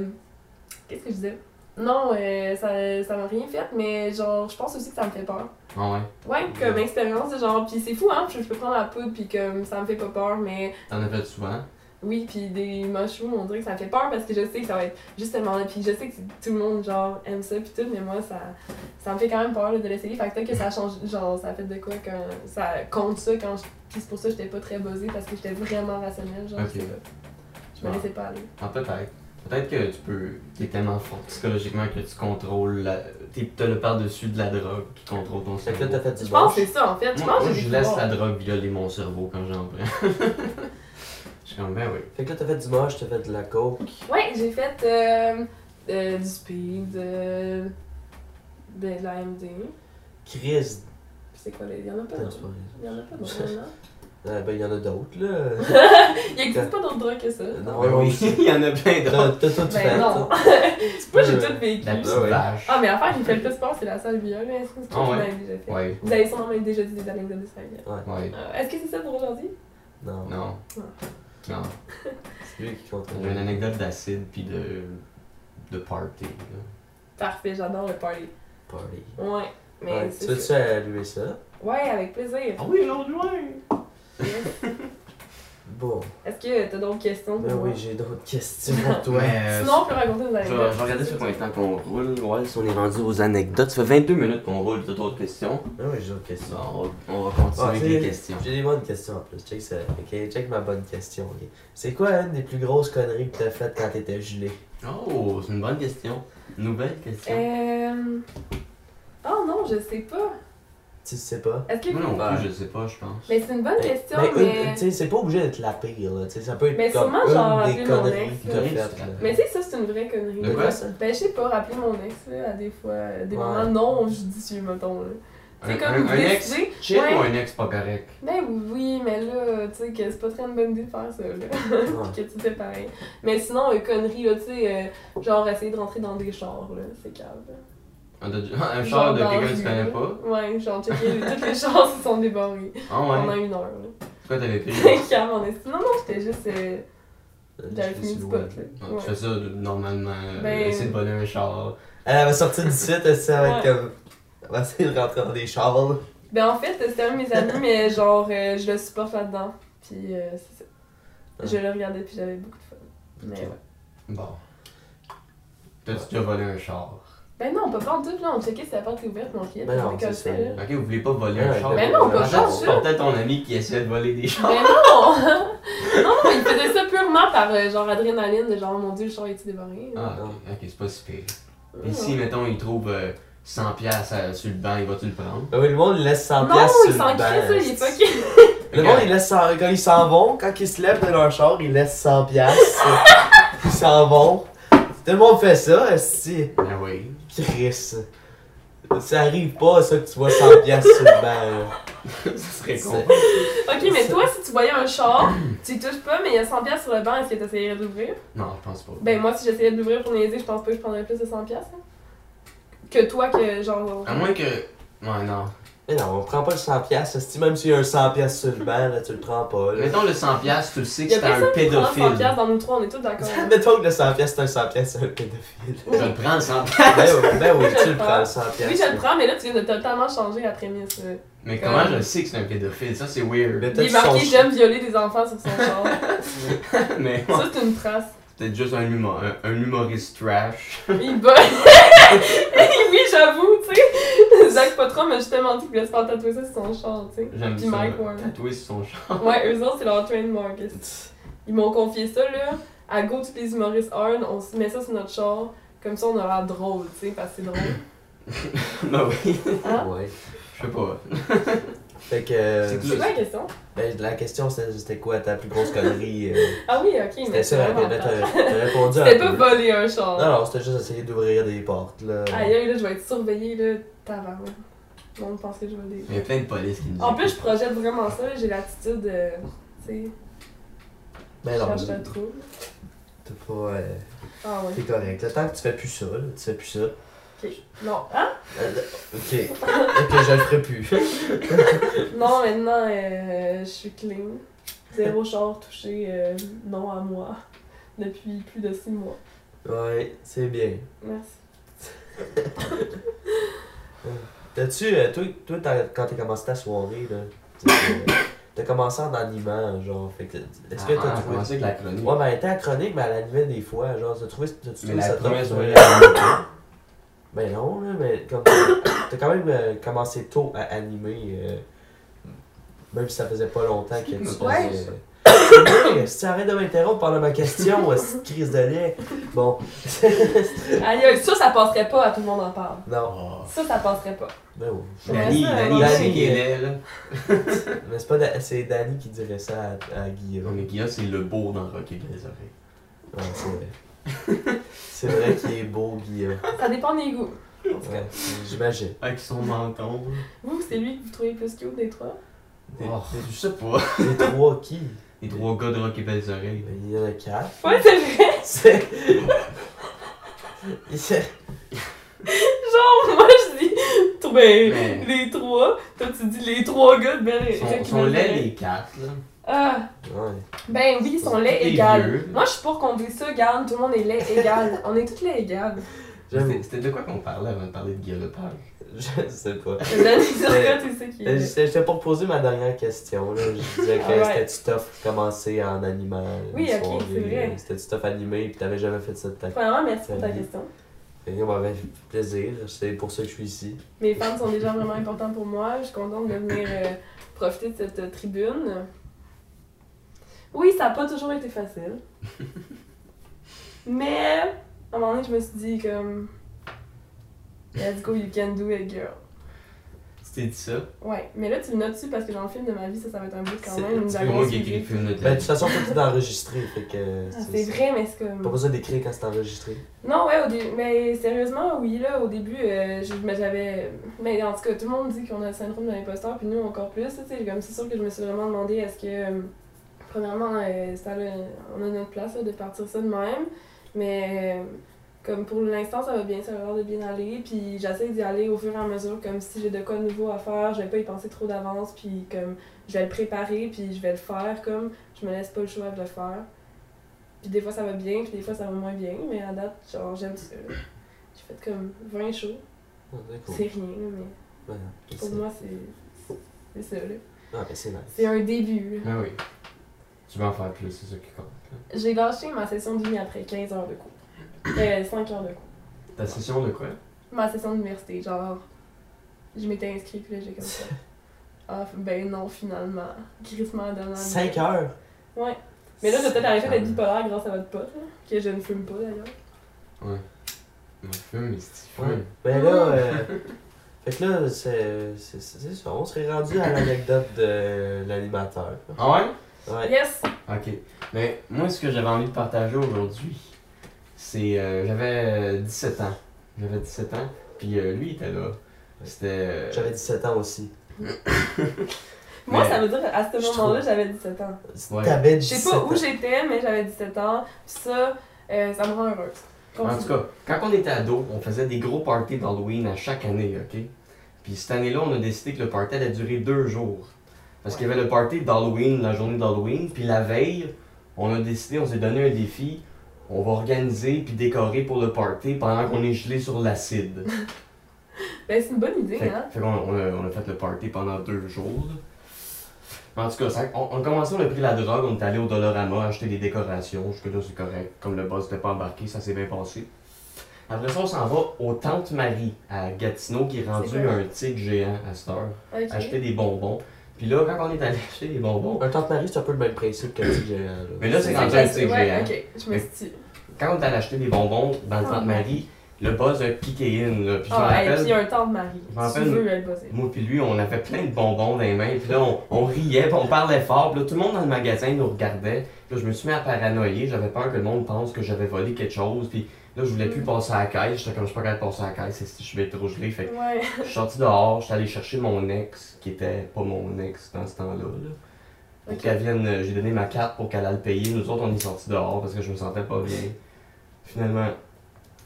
Speaker 3: Qu'est-ce que je disais? Non, euh, ça ça m'a rien fait, mais genre, je pense aussi que ça me fait peur.
Speaker 1: Ah ouais.
Speaker 3: Ouais, comme expérience, c'est genre, pis c'est fou, hein, je, je peux prendre la poudre, pis comme, ça me fait pas peur, mais
Speaker 1: T'en as fait souvent.
Speaker 3: oui, pis des mushrooms, on dirait que ça me fait peur, parce que je sais que ça va être juste tellement là, pis je sais que tout le monde, genre, aime ça, pis tout, mais moi, ça, ça me fait quand même peur, là, de l'essayer, fait que peut-être que ça change, genre, ça fait de quoi, quand, ça compte ça quand je, pis c'est pour ça que j'étais pas très buzzée, parce que j'étais vraiment rationnelle, genre,
Speaker 1: Ok.
Speaker 3: je sais pas. je me
Speaker 1: Ouais.
Speaker 3: laissais pas aller.
Speaker 1: Ah, peut-être. Peut-être que tu peux. T'es tellement fort psychologiquement que tu contrôles. La... t'es- T'as le par-dessus de la drogue qui contrôle ton
Speaker 2: Fait que là,
Speaker 1: cerveau.
Speaker 2: t'as fait du
Speaker 3: Je pense
Speaker 2: moche.
Speaker 3: que c'est ça, en fait, je
Speaker 1: Moi,
Speaker 3: pense
Speaker 1: moi,
Speaker 3: que j'ai
Speaker 1: je
Speaker 3: des
Speaker 1: laisse
Speaker 3: pouvoirs.
Speaker 1: la drogue violer mon cerveau quand j'en prends. [laughs] je suis comme, ben oui.
Speaker 2: Fait que là, t'as fait du moche, t'as fait de la coke.
Speaker 3: Ouais, j'ai fait euh, euh, du speed, euh, ben, de l'AMD.
Speaker 2: Chris.
Speaker 3: C'est quoi, les- il y en a pas
Speaker 2: Non,
Speaker 3: d'autres.
Speaker 2: c'est pas vrai.
Speaker 3: Il y en a pas d'autres, non?
Speaker 2: Euh, ben, il y en a d'autres, là.
Speaker 3: Il existe pas d'autres drogues que ça.
Speaker 2: Euh,
Speaker 1: Ben
Speaker 2: non,
Speaker 1: oui, [laughs]
Speaker 2: [laughs]
Speaker 1: il y en a plein
Speaker 2: T'as
Speaker 1: d'autres.
Speaker 2: t'as tout fait.
Speaker 3: Ben non. [laughs] Moi, j'ai tout vécu.
Speaker 1: La petite
Speaker 2: Ah ouais.
Speaker 1: vache.
Speaker 3: Ah, mais l'affaire qui fait le plus peur, c'est la salle viol. Est-ce que c'est
Speaker 1: Ah ouais.
Speaker 3: ce que déjà fait?
Speaker 1: Ouais,
Speaker 3: Vous avez sûrement même déjà dit des anecdotes de salle viol.
Speaker 1: ouais.
Speaker 3: Euh, Est-ce que c'est ça pour aujourd'hui?
Speaker 2: Non.
Speaker 1: Non.
Speaker 3: Ah.
Speaker 1: Non.
Speaker 2: C'est lui qui contrôle.
Speaker 1: J'ai une anecdote d'acide puis de. de party. là.
Speaker 3: Parfait, j'adore le party.
Speaker 2: Party.
Speaker 3: Ouais. Mais
Speaker 2: Ouais, Tu
Speaker 3: c'est
Speaker 2: veux-tu
Speaker 3: ça.
Speaker 2: allumer ça?
Speaker 3: Ouais, avec plaisir.
Speaker 1: Ah oui, l'autre joint!
Speaker 3: Yes.
Speaker 2: Bon.
Speaker 3: Est-ce que t'as d'autres questions pour
Speaker 2: Ben
Speaker 3: moi?
Speaker 2: oui, j'ai euh, d'autres questions pour toi.
Speaker 1: [laughs] Ouais.
Speaker 3: Sinon, on peut raconter des
Speaker 1: euh, Je vais je vais
Speaker 3: anecdotes.
Speaker 1: regarder sur combien de temps qu'on roule. Ouais, si on est rendu aux anecdotes. Ça fait 22 minutes qu'on roule. T'as d'autres questions?
Speaker 2: Ben oui, j'ai d'autres questions.
Speaker 1: Bon, on va, on va continuer
Speaker 2: Ah,
Speaker 1: avec
Speaker 2: c'est-
Speaker 1: les questions.
Speaker 2: J'ai des bonnes questions en plus. Check ça. Ok, check ma bonne question. ok. C'est quoi une des plus grosses conneries que t'as faites quand t'étais gelé?
Speaker 1: Oh, c'est une bonne question. Nouvelle question.
Speaker 3: Euh... Oh non, je sais pas.
Speaker 2: Tu sais pas.
Speaker 3: Est-ce que
Speaker 1: Moi non
Speaker 3: vous...
Speaker 1: plus, je sais pas, je pense.
Speaker 3: Euh, Mais c'est une bonne question,
Speaker 2: mais, une-
Speaker 3: mais...
Speaker 2: tu sais, c'est pas obligé d'être la pire, là. Tu sais, ça peut être
Speaker 3: Mais
Speaker 2: comme
Speaker 3: sûrement,
Speaker 2: une
Speaker 3: genre,
Speaker 2: des
Speaker 3: appeler mon
Speaker 2: conneries
Speaker 3: ex,
Speaker 2: que
Speaker 1: là.
Speaker 2: t'as faites, là.
Speaker 3: Mais tu sais, ça, c'est une vraie connerie.
Speaker 1: De quoi?
Speaker 2: ça?
Speaker 3: Ben, je sais pas, rappeler mon ex, là, à des fois, à des
Speaker 2: Ouais.
Speaker 3: moments non judicieux, mettons. là.
Speaker 1: Un-
Speaker 3: C'est
Speaker 1: un-
Speaker 3: comme
Speaker 1: un ex?
Speaker 3: décider.
Speaker 1: Chill
Speaker 3: Ouais.
Speaker 1: ou un ex pas correct?
Speaker 3: Ben oui, mais là, tu sais, que c'est pas très une bonne idée de faire ça, là.
Speaker 1: Ah.
Speaker 3: que tu fais pareil. Mais sinon, euh, connerie, là, tu sais, euh, genre essayer de rentrer dans des chars, là, c'est calme.
Speaker 1: Un, de- [laughs] un char de quelqu'un que tu connais pas?
Speaker 3: Ouais, genre, checker, euh, toutes les [laughs] chars se sont débarrés
Speaker 1: Ah
Speaker 3: pendant
Speaker 1: ouais?
Speaker 3: une heure, là.
Speaker 1: Toi,
Speaker 3: [laughs]
Speaker 1: t'avais pris.
Speaker 3: C'est calme, on est. Non, non, j'étais juste. euh, [laughs] J'avais fini du pot, là.
Speaker 1: Ah,
Speaker 3: Ouais.
Speaker 1: Tu fais ça de- normalement. euh,
Speaker 3: Ben-
Speaker 1: Essayer de voler un char.
Speaker 2: Elle va sortir du site, elle va être
Speaker 3: Ouais.
Speaker 2: comme. Elle va essayer de rentrer dans des chars, là.
Speaker 3: Ben en fait, c'était un de mes amis, mais genre, euh, je le supporte là-dedans. Puis euh, c'est ça.
Speaker 2: Ah.
Speaker 3: Je le regardais, puis j'avais beaucoup de fun. Mais
Speaker 2: Ok.
Speaker 3: ouais.
Speaker 1: Bon. T'as-tu déjà volé un char?
Speaker 3: Ben non, on peut pas en tout, là, on checkait si la porte est ouverte, mon fils.
Speaker 2: Ben non,
Speaker 3: comme
Speaker 2: c'est
Speaker 3: ça,
Speaker 2: ça.
Speaker 3: là.
Speaker 1: Ok, vous voulez pas voler un
Speaker 2: Ouais,
Speaker 1: char?
Speaker 3: Ben non, pas
Speaker 1: Attends,
Speaker 3: ça,
Speaker 1: tu
Speaker 3: ça.
Speaker 1: portais ton ami qui essayait de voler des chars.
Speaker 3: Ben non! [laughs] non, non, il faisait ça purement par euh, genre adrénaline, de genre, mon dieu, le char est-il débarré?
Speaker 1: Ah, ok, ok, c'est pas si pire. Et si, mettons, il trouve euh, 100$ piastres, euh, sur le banc, il va-tu le prendre?
Speaker 2: Ben oui, le monde, il laisse 100
Speaker 3: Non,
Speaker 2: piastres
Speaker 3: il
Speaker 2: sur
Speaker 3: s'en
Speaker 2: le
Speaker 3: crie, ça, il est
Speaker 2: banc.
Speaker 3: fucké.
Speaker 2: Le monde, il laisse 100 Quand ils s'en vont, quand ils se lèvent de leur char, ils laissent 100 piastres.
Speaker 3: [laughs]
Speaker 2: ils s'en vont. Tout le monde fait ça, si
Speaker 1: Ben oui.
Speaker 2: Chris. Ça arrive pas, ça, que tu vois 100 piastres sur le banc, là.
Speaker 1: ça serait con.
Speaker 2: C'est-
Speaker 3: Ok, mais toi, si tu voyais un char, tu y touches pas, mais il y a 100$ piastres sur le banc, est-ce que t'essayerais d'ouvrir?
Speaker 1: Non, je pense pas.
Speaker 3: Ben moi, si j'essayais de l'ouvrir pour niaiser, je pense pas que je prendrais plus de 100$. piastres, hein. Que toi, que genre.
Speaker 2: Ah,
Speaker 1: À moins que. Ouais, non.
Speaker 2: Mais non, on prend pas le 100 piastres, si Même s'il y a un 100 piastres sur le banc, là, tu le prends pas, là. [laughs]
Speaker 1: Mettons le 100$, piastres, tu le sais
Speaker 3: Il
Speaker 1: que
Speaker 3: y a
Speaker 1: c'était un
Speaker 3: personne qui prend 100$
Speaker 1: pédophile.
Speaker 3: piastres dans nous trois, on est tous d'accord.
Speaker 2: Mettons que le 100 piastres, c'est un 100 piastres, c'est un pédophile.
Speaker 1: Je le prends, le 100$.
Speaker 2: ben, oui, ben oui,
Speaker 3: Je
Speaker 2: tu
Speaker 3: le
Speaker 2: le
Speaker 3: prends.
Speaker 2: prends, le 100 piastres.
Speaker 3: Oui, je le prends, mais là, tu viens de totalement changer la prémisse. là.
Speaker 1: Mais comment je le sais que c'est un pédophile? Ça, c'est weird. [laughs]
Speaker 2: Mais
Speaker 3: Il est
Speaker 2: peut-être
Speaker 3: marqué
Speaker 2: son-
Speaker 3: J'aime violer des enfants sur son
Speaker 2: [laughs]
Speaker 3: char.
Speaker 1: Mais ouais,
Speaker 3: ça, c'est une trace.
Speaker 1: c'est peut-être juste un, humo- un- un humoriste trash.
Speaker 3: Il bat. [laughs] oui, j'avoue, tu sais. Zach Potron m'a justement dit qu'il voulait se faire tatouer ça sur son char, tu sais.
Speaker 1: J'aime
Speaker 3: Puis
Speaker 1: ça.
Speaker 3: Mike Ward.
Speaker 1: [laughs] Tatoué sur son char.
Speaker 3: Ouais, eux autres, c'est leur trademark. Ils m'ont confié ça, là. À Go, tous les humoristes earn, on se met ça sur notre char. Comme ça, on a l'air drôle, tu sais, parce que
Speaker 1: [laughs]
Speaker 3: c'est drôle.
Speaker 1: ben oui.
Speaker 3: Hein?
Speaker 2: Ouais.
Speaker 1: Je sais pas.
Speaker 2: Fait que.
Speaker 1: C'est que
Speaker 3: C'est quoi la question?
Speaker 2: Ben, la question, c'était c'était quoi ta plus grosse connerie? euh,
Speaker 3: [laughs] Ah oui, ok,
Speaker 2: c'était
Speaker 3: mais.
Speaker 2: ça,
Speaker 3: vraiment
Speaker 2: mais là,
Speaker 1: euh,
Speaker 2: t'as t'as répondu
Speaker 3: C'était
Speaker 2: un
Speaker 3: pas
Speaker 2: peu.
Speaker 3: voler un char.
Speaker 2: Non, non, c'était juste essayer d'ouvrir des portes, là.
Speaker 3: Aïe, aïe, là, je vais être surveillée, là, tabarnak. Le monde pense que je vais les.
Speaker 1: Il y a plein de police qui nous
Speaker 3: En plus,
Speaker 1: écoutent.
Speaker 3: je projette vraiment ça, là, j'ai l'attitude de. Tu sais,
Speaker 2: Mais Ben,
Speaker 3: je
Speaker 2: non,
Speaker 3: cherche le
Speaker 2: t'es
Speaker 3: trou.
Speaker 2: pas. euh,
Speaker 3: Ah ouais.
Speaker 2: t'es correct. Le temps que tu fais plus ça, là, tu fais plus ça. euh,
Speaker 3: Ok. Non. Hein?
Speaker 2: ok. Et que je le ferai plus. [laughs]
Speaker 3: Non, maintenant, euh, je suis clean. Zéro char touché, euh, non à moi. Depuis plus de six mois.
Speaker 2: Ouais, c'est bien.
Speaker 3: Merci.
Speaker 2: T'as-tu. euh, toi, toi t'as- quand t'as commencé ta soirée, là. t'sais, euh, T'as commencé en animant, genre. Fait que. Est-ce que
Speaker 1: Ah,
Speaker 2: t'as
Speaker 1: on a
Speaker 2: trouvé.
Speaker 1: commencé avec la chronique.
Speaker 2: Ouais, mais elle était à chronique, mais elle animait des fois. Genre, t'as trouvé, t'as
Speaker 1: Mais
Speaker 2: trouvé
Speaker 1: la
Speaker 2: ça top,
Speaker 1: première
Speaker 2: ça?
Speaker 1: soirée, [laughs] elle m'a dit,
Speaker 2: Ben non, là, mais comme [coughs] t'as quand même euh, commencé tôt à animer, euh, même si ça faisait pas longtemps que tu
Speaker 1: Ouais.
Speaker 2: faisais. [coughs] Ouais, si tu arrêtes de m'interrompre pendant ma
Speaker 3: [laughs]
Speaker 2: question, euh, cette crise de lait. Bon.
Speaker 3: Aïe, aïe, ça, ça passerait pas, à tout le monde en parle.
Speaker 2: non.
Speaker 1: Oh.
Speaker 3: Ça, ça passerait pas.
Speaker 2: Ben oui.
Speaker 3: Ouais.
Speaker 1: Dani,
Speaker 3: ça,
Speaker 1: Dani,
Speaker 2: ouais.
Speaker 1: il sait
Speaker 2: Dani,
Speaker 1: qu'il
Speaker 2: euh,
Speaker 1: est là.
Speaker 2: Mais c'est pas Da- c'est Danny qui dirait ça à, à Guillaume.
Speaker 1: Mais Guilla, c'est le beau dans Rocky les oreilles.
Speaker 2: Ouais, c'est vrai. c'est vrai qu'il est beau, Guillaume.
Speaker 3: Ça dépend des goûts.
Speaker 2: Ouais, J'imagine.
Speaker 1: Avec son menton.
Speaker 3: Vous, c'est lui que vous trouvez plus cute des trois?
Speaker 2: Des,
Speaker 1: Oh, je sais pas.
Speaker 2: des- des trois qui
Speaker 1: Les trois gars de Rocky Belles Oreilles.
Speaker 2: Ben, Il y en a quatre.
Speaker 3: Ouais, c'est vrai.
Speaker 2: [laughs] C'est. [laughs] Il s'est-
Speaker 3: Genre, moi, je dis, t- ben,
Speaker 1: Mais-
Speaker 3: les trois. Toi, tu dis les trois gars de
Speaker 1: Ils
Speaker 3: belle
Speaker 1: sont, sont laids les quatre, là.
Speaker 3: Ah,
Speaker 2: Ouais.
Speaker 3: ben oui, ils sont laids
Speaker 1: Tous les
Speaker 3: égales.
Speaker 1: vieux.
Speaker 3: Moi, je suis pour qu'on dise ça, garde. Tout le monde est laid égal. On est toutes laid égales.
Speaker 2: J'avoue.
Speaker 1: C'était c'était de quoi qu'on parlait avant de parler de guillotage?
Speaker 2: Je sais pas.
Speaker 3: Dani, sur quoi tu sais qui
Speaker 2: Euh,
Speaker 3: est.
Speaker 2: J'étais j'étais pour poser ma dernière question. Là. Je disais que
Speaker 3: Ah ouais.
Speaker 2: c'était du stuff commencé en animal. euh,
Speaker 3: Oui, ok, c'est vrai.
Speaker 2: C'était du stuff animé, puis t'avais jamais fait ça de ta
Speaker 3: Premièrement, merci pour ta question.
Speaker 2: Fait que, bon, ben, plaisir. C'est pour ça que je suis ici.
Speaker 3: Mes fans sont déjà vraiment importants pour moi. Je suis contente de venir euh, profiter de cette euh, tribune. Oui, ça n'a pas toujours été facile. Mais à un moment donné, je me suis dit comme Let's go, you can do it, girl.
Speaker 1: Tu t'es dit ça?
Speaker 3: Ouais, mais là tu le notes dessus parce que dans le film de ma vie, ça, ça va être un bout quand
Speaker 2: C'est-
Speaker 3: même. une
Speaker 1: C'est
Speaker 3: dragon
Speaker 1: moi qui ai
Speaker 3: suivie.
Speaker 1: écrit le film de
Speaker 2: Ben, de
Speaker 1: tête.
Speaker 2: toute façon, tout est enregistré. Fait que.
Speaker 3: Ah, C'est vrai, mais c'est comme.
Speaker 2: Pas besoin d'écrire quand c'est enregistré.
Speaker 3: Non, ouais, au dé- mais sérieusement, oui, là, au début, euh, je- mais j'avais. Mais en tout cas, tout le monde dit qu'on a le syndrome de l'imposteur, puis nous encore plus, tu sais. Comme c'est sûr que je me suis vraiment demandé est-ce que. euh, premièrement, euh, ça, là, on a notre place là, de partir ça de même, mais. euh, comme pour l'instant, ça va bien, ça va l'air de bien aller, puis j'essaie d'y aller au fur et à mesure, comme si j'ai de quoi de nouveau à faire, je vais pas y penser trop d'avance, puis comme je vais le préparer, puis je vais le faire, comme je me laisse pas le choix de le faire. Puis des fois ça va bien, puis des fois ça va moins bien, mais à date, genre j'aime ça. là. J'ai fait comme 20 shows,
Speaker 2: Ah, C'est cool.
Speaker 3: c'est rien, là, mais
Speaker 2: Ouais,
Speaker 3: pour
Speaker 2: c'est-
Speaker 3: moi c'est. C'est ça, là.
Speaker 2: Ah, ben, c'est nice.
Speaker 3: C'est un début, là.
Speaker 1: Ben oui. Tu vas en faire plus, c'est ça qui compte. là.
Speaker 3: J'ai lâché ma session de nuit après 15 heures de cours. Euh, 5 heures de cours.
Speaker 1: Ta session de quoi?
Speaker 3: Ma session d'université, genre. Je m'étais inscrite, puis là j'ai
Speaker 2: [laughs]
Speaker 3: comme ça. Ah, ben non, finalement. Grissement de l'année.
Speaker 2: 5 heures!
Speaker 3: Ouais. Mais là, j'ai peut-être arrêté
Speaker 1: Cinq
Speaker 3: d'être
Speaker 1: heures.
Speaker 3: bipolaire grâce à votre pote, là, que je ne fume pas d'ailleurs.
Speaker 1: Mon film, il se
Speaker 2: Ouais.
Speaker 1: fume.
Speaker 2: Ben là,
Speaker 3: Oh.
Speaker 2: euh, fait que là, c'est c'est- c'est ça. On serait rendu à l'anecdote de l'animateur.
Speaker 1: Ah ouais?
Speaker 2: Ouais.
Speaker 3: Yes!
Speaker 1: Ok. Mais moi, ce que j'avais envie de partager aujourd'hui, c'est. euh, j'avais euh, 17 ans. J'avais 17 ans, puis euh, lui, il était là. C'était. euh,
Speaker 2: J'avais 17 ans aussi.
Speaker 3: Moi,
Speaker 1: Mais-
Speaker 3: ça veut dire à ce
Speaker 2: Je
Speaker 3: moment-là, j'avais 17 ans.
Speaker 1: Ouais.
Speaker 2: T'avais
Speaker 3: Je
Speaker 2: 17
Speaker 3: sais pas
Speaker 2: ans.
Speaker 3: où j'étais, mais j'avais 17 ans. Puis ça, euh, ça me rend heureuse.
Speaker 1: En tout cas, quand on était ado, on faisait des gros parties d'Halloween à chaque année, ok? Puis cette année-là, on a décidé que le party allait durer deux jours. Parce qu'il y avait le party d'Halloween, la journée d'Halloween, puis la veille, on a décidé, on s'est donné un défi, on va organiser puis décorer pour le party pendant qu'on est gelé sur l'acide.
Speaker 3: Ben, c'est une bonne idée,
Speaker 1: Fait,
Speaker 3: hein?
Speaker 1: fait qu'on on a, on a fait le party pendant deux jours. Mais En tout cas, ça- on, on a commencé, on a pris la drogue, on est allé au Dollarama acheter des décorations. Jusque-là, c'est correct. Comme le boss n'était pas embarqué, ça s'est bien passé. Après ça, on s'en va au Tante Marie à Gatineau qui est rendu
Speaker 3: C'est quoi?
Speaker 1: un tigre géant à cette heure.
Speaker 3: Ok.
Speaker 1: Acheter des bonbons. Puis là, quand on est allé [laughs] acheter des bonbons,
Speaker 2: Un tante-marie, c'est un peu le même principe que le petit géant. là.
Speaker 1: Mais là, c'est
Speaker 3: C'est
Speaker 1: rendu
Speaker 3: classe-
Speaker 1: un hein. tigre
Speaker 3: ouais,
Speaker 1: géant.
Speaker 3: ok, je me
Speaker 1: Mais-
Speaker 3: suis dit.
Speaker 1: quand on est allé acheter des bonbons dans le Tante Marie, le boss a piqué in. là. Puis je me
Speaker 3: Ah, et
Speaker 1: rappelle-
Speaker 3: puis un temps de mari.
Speaker 1: Je m'en
Speaker 3: Si tu
Speaker 1: rappelle-
Speaker 3: veux, elle bosser.
Speaker 1: Moi puis lui, on avait plein de bonbons dans les mains, puis là, on, on riait, puis on parlait fort, puis là, tout le monde dans le magasin nous regardait. Puis là, je me suis mis à paranoïer, j'avais peur que le monde pense que j'avais volé quelque chose, puis là, je voulais plus
Speaker 3: Mm.
Speaker 1: passer à la caisse, j'étais comme, je suis pas capable de passer à la caisse, c'est- je vais être trop gelé. Fait que
Speaker 3: Ouais.
Speaker 1: je suis sorti dehors, j'étais allé chercher mon ex, qui était pas mon ex dans ce temps-là, là. Pour
Speaker 3: Ok.
Speaker 1: qu'elle vienne, euh, j'ai donné ma carte pour qu'elle aille le payer, nous autres, on est sortis dehors parce que je me sentais pas bien. Finalement,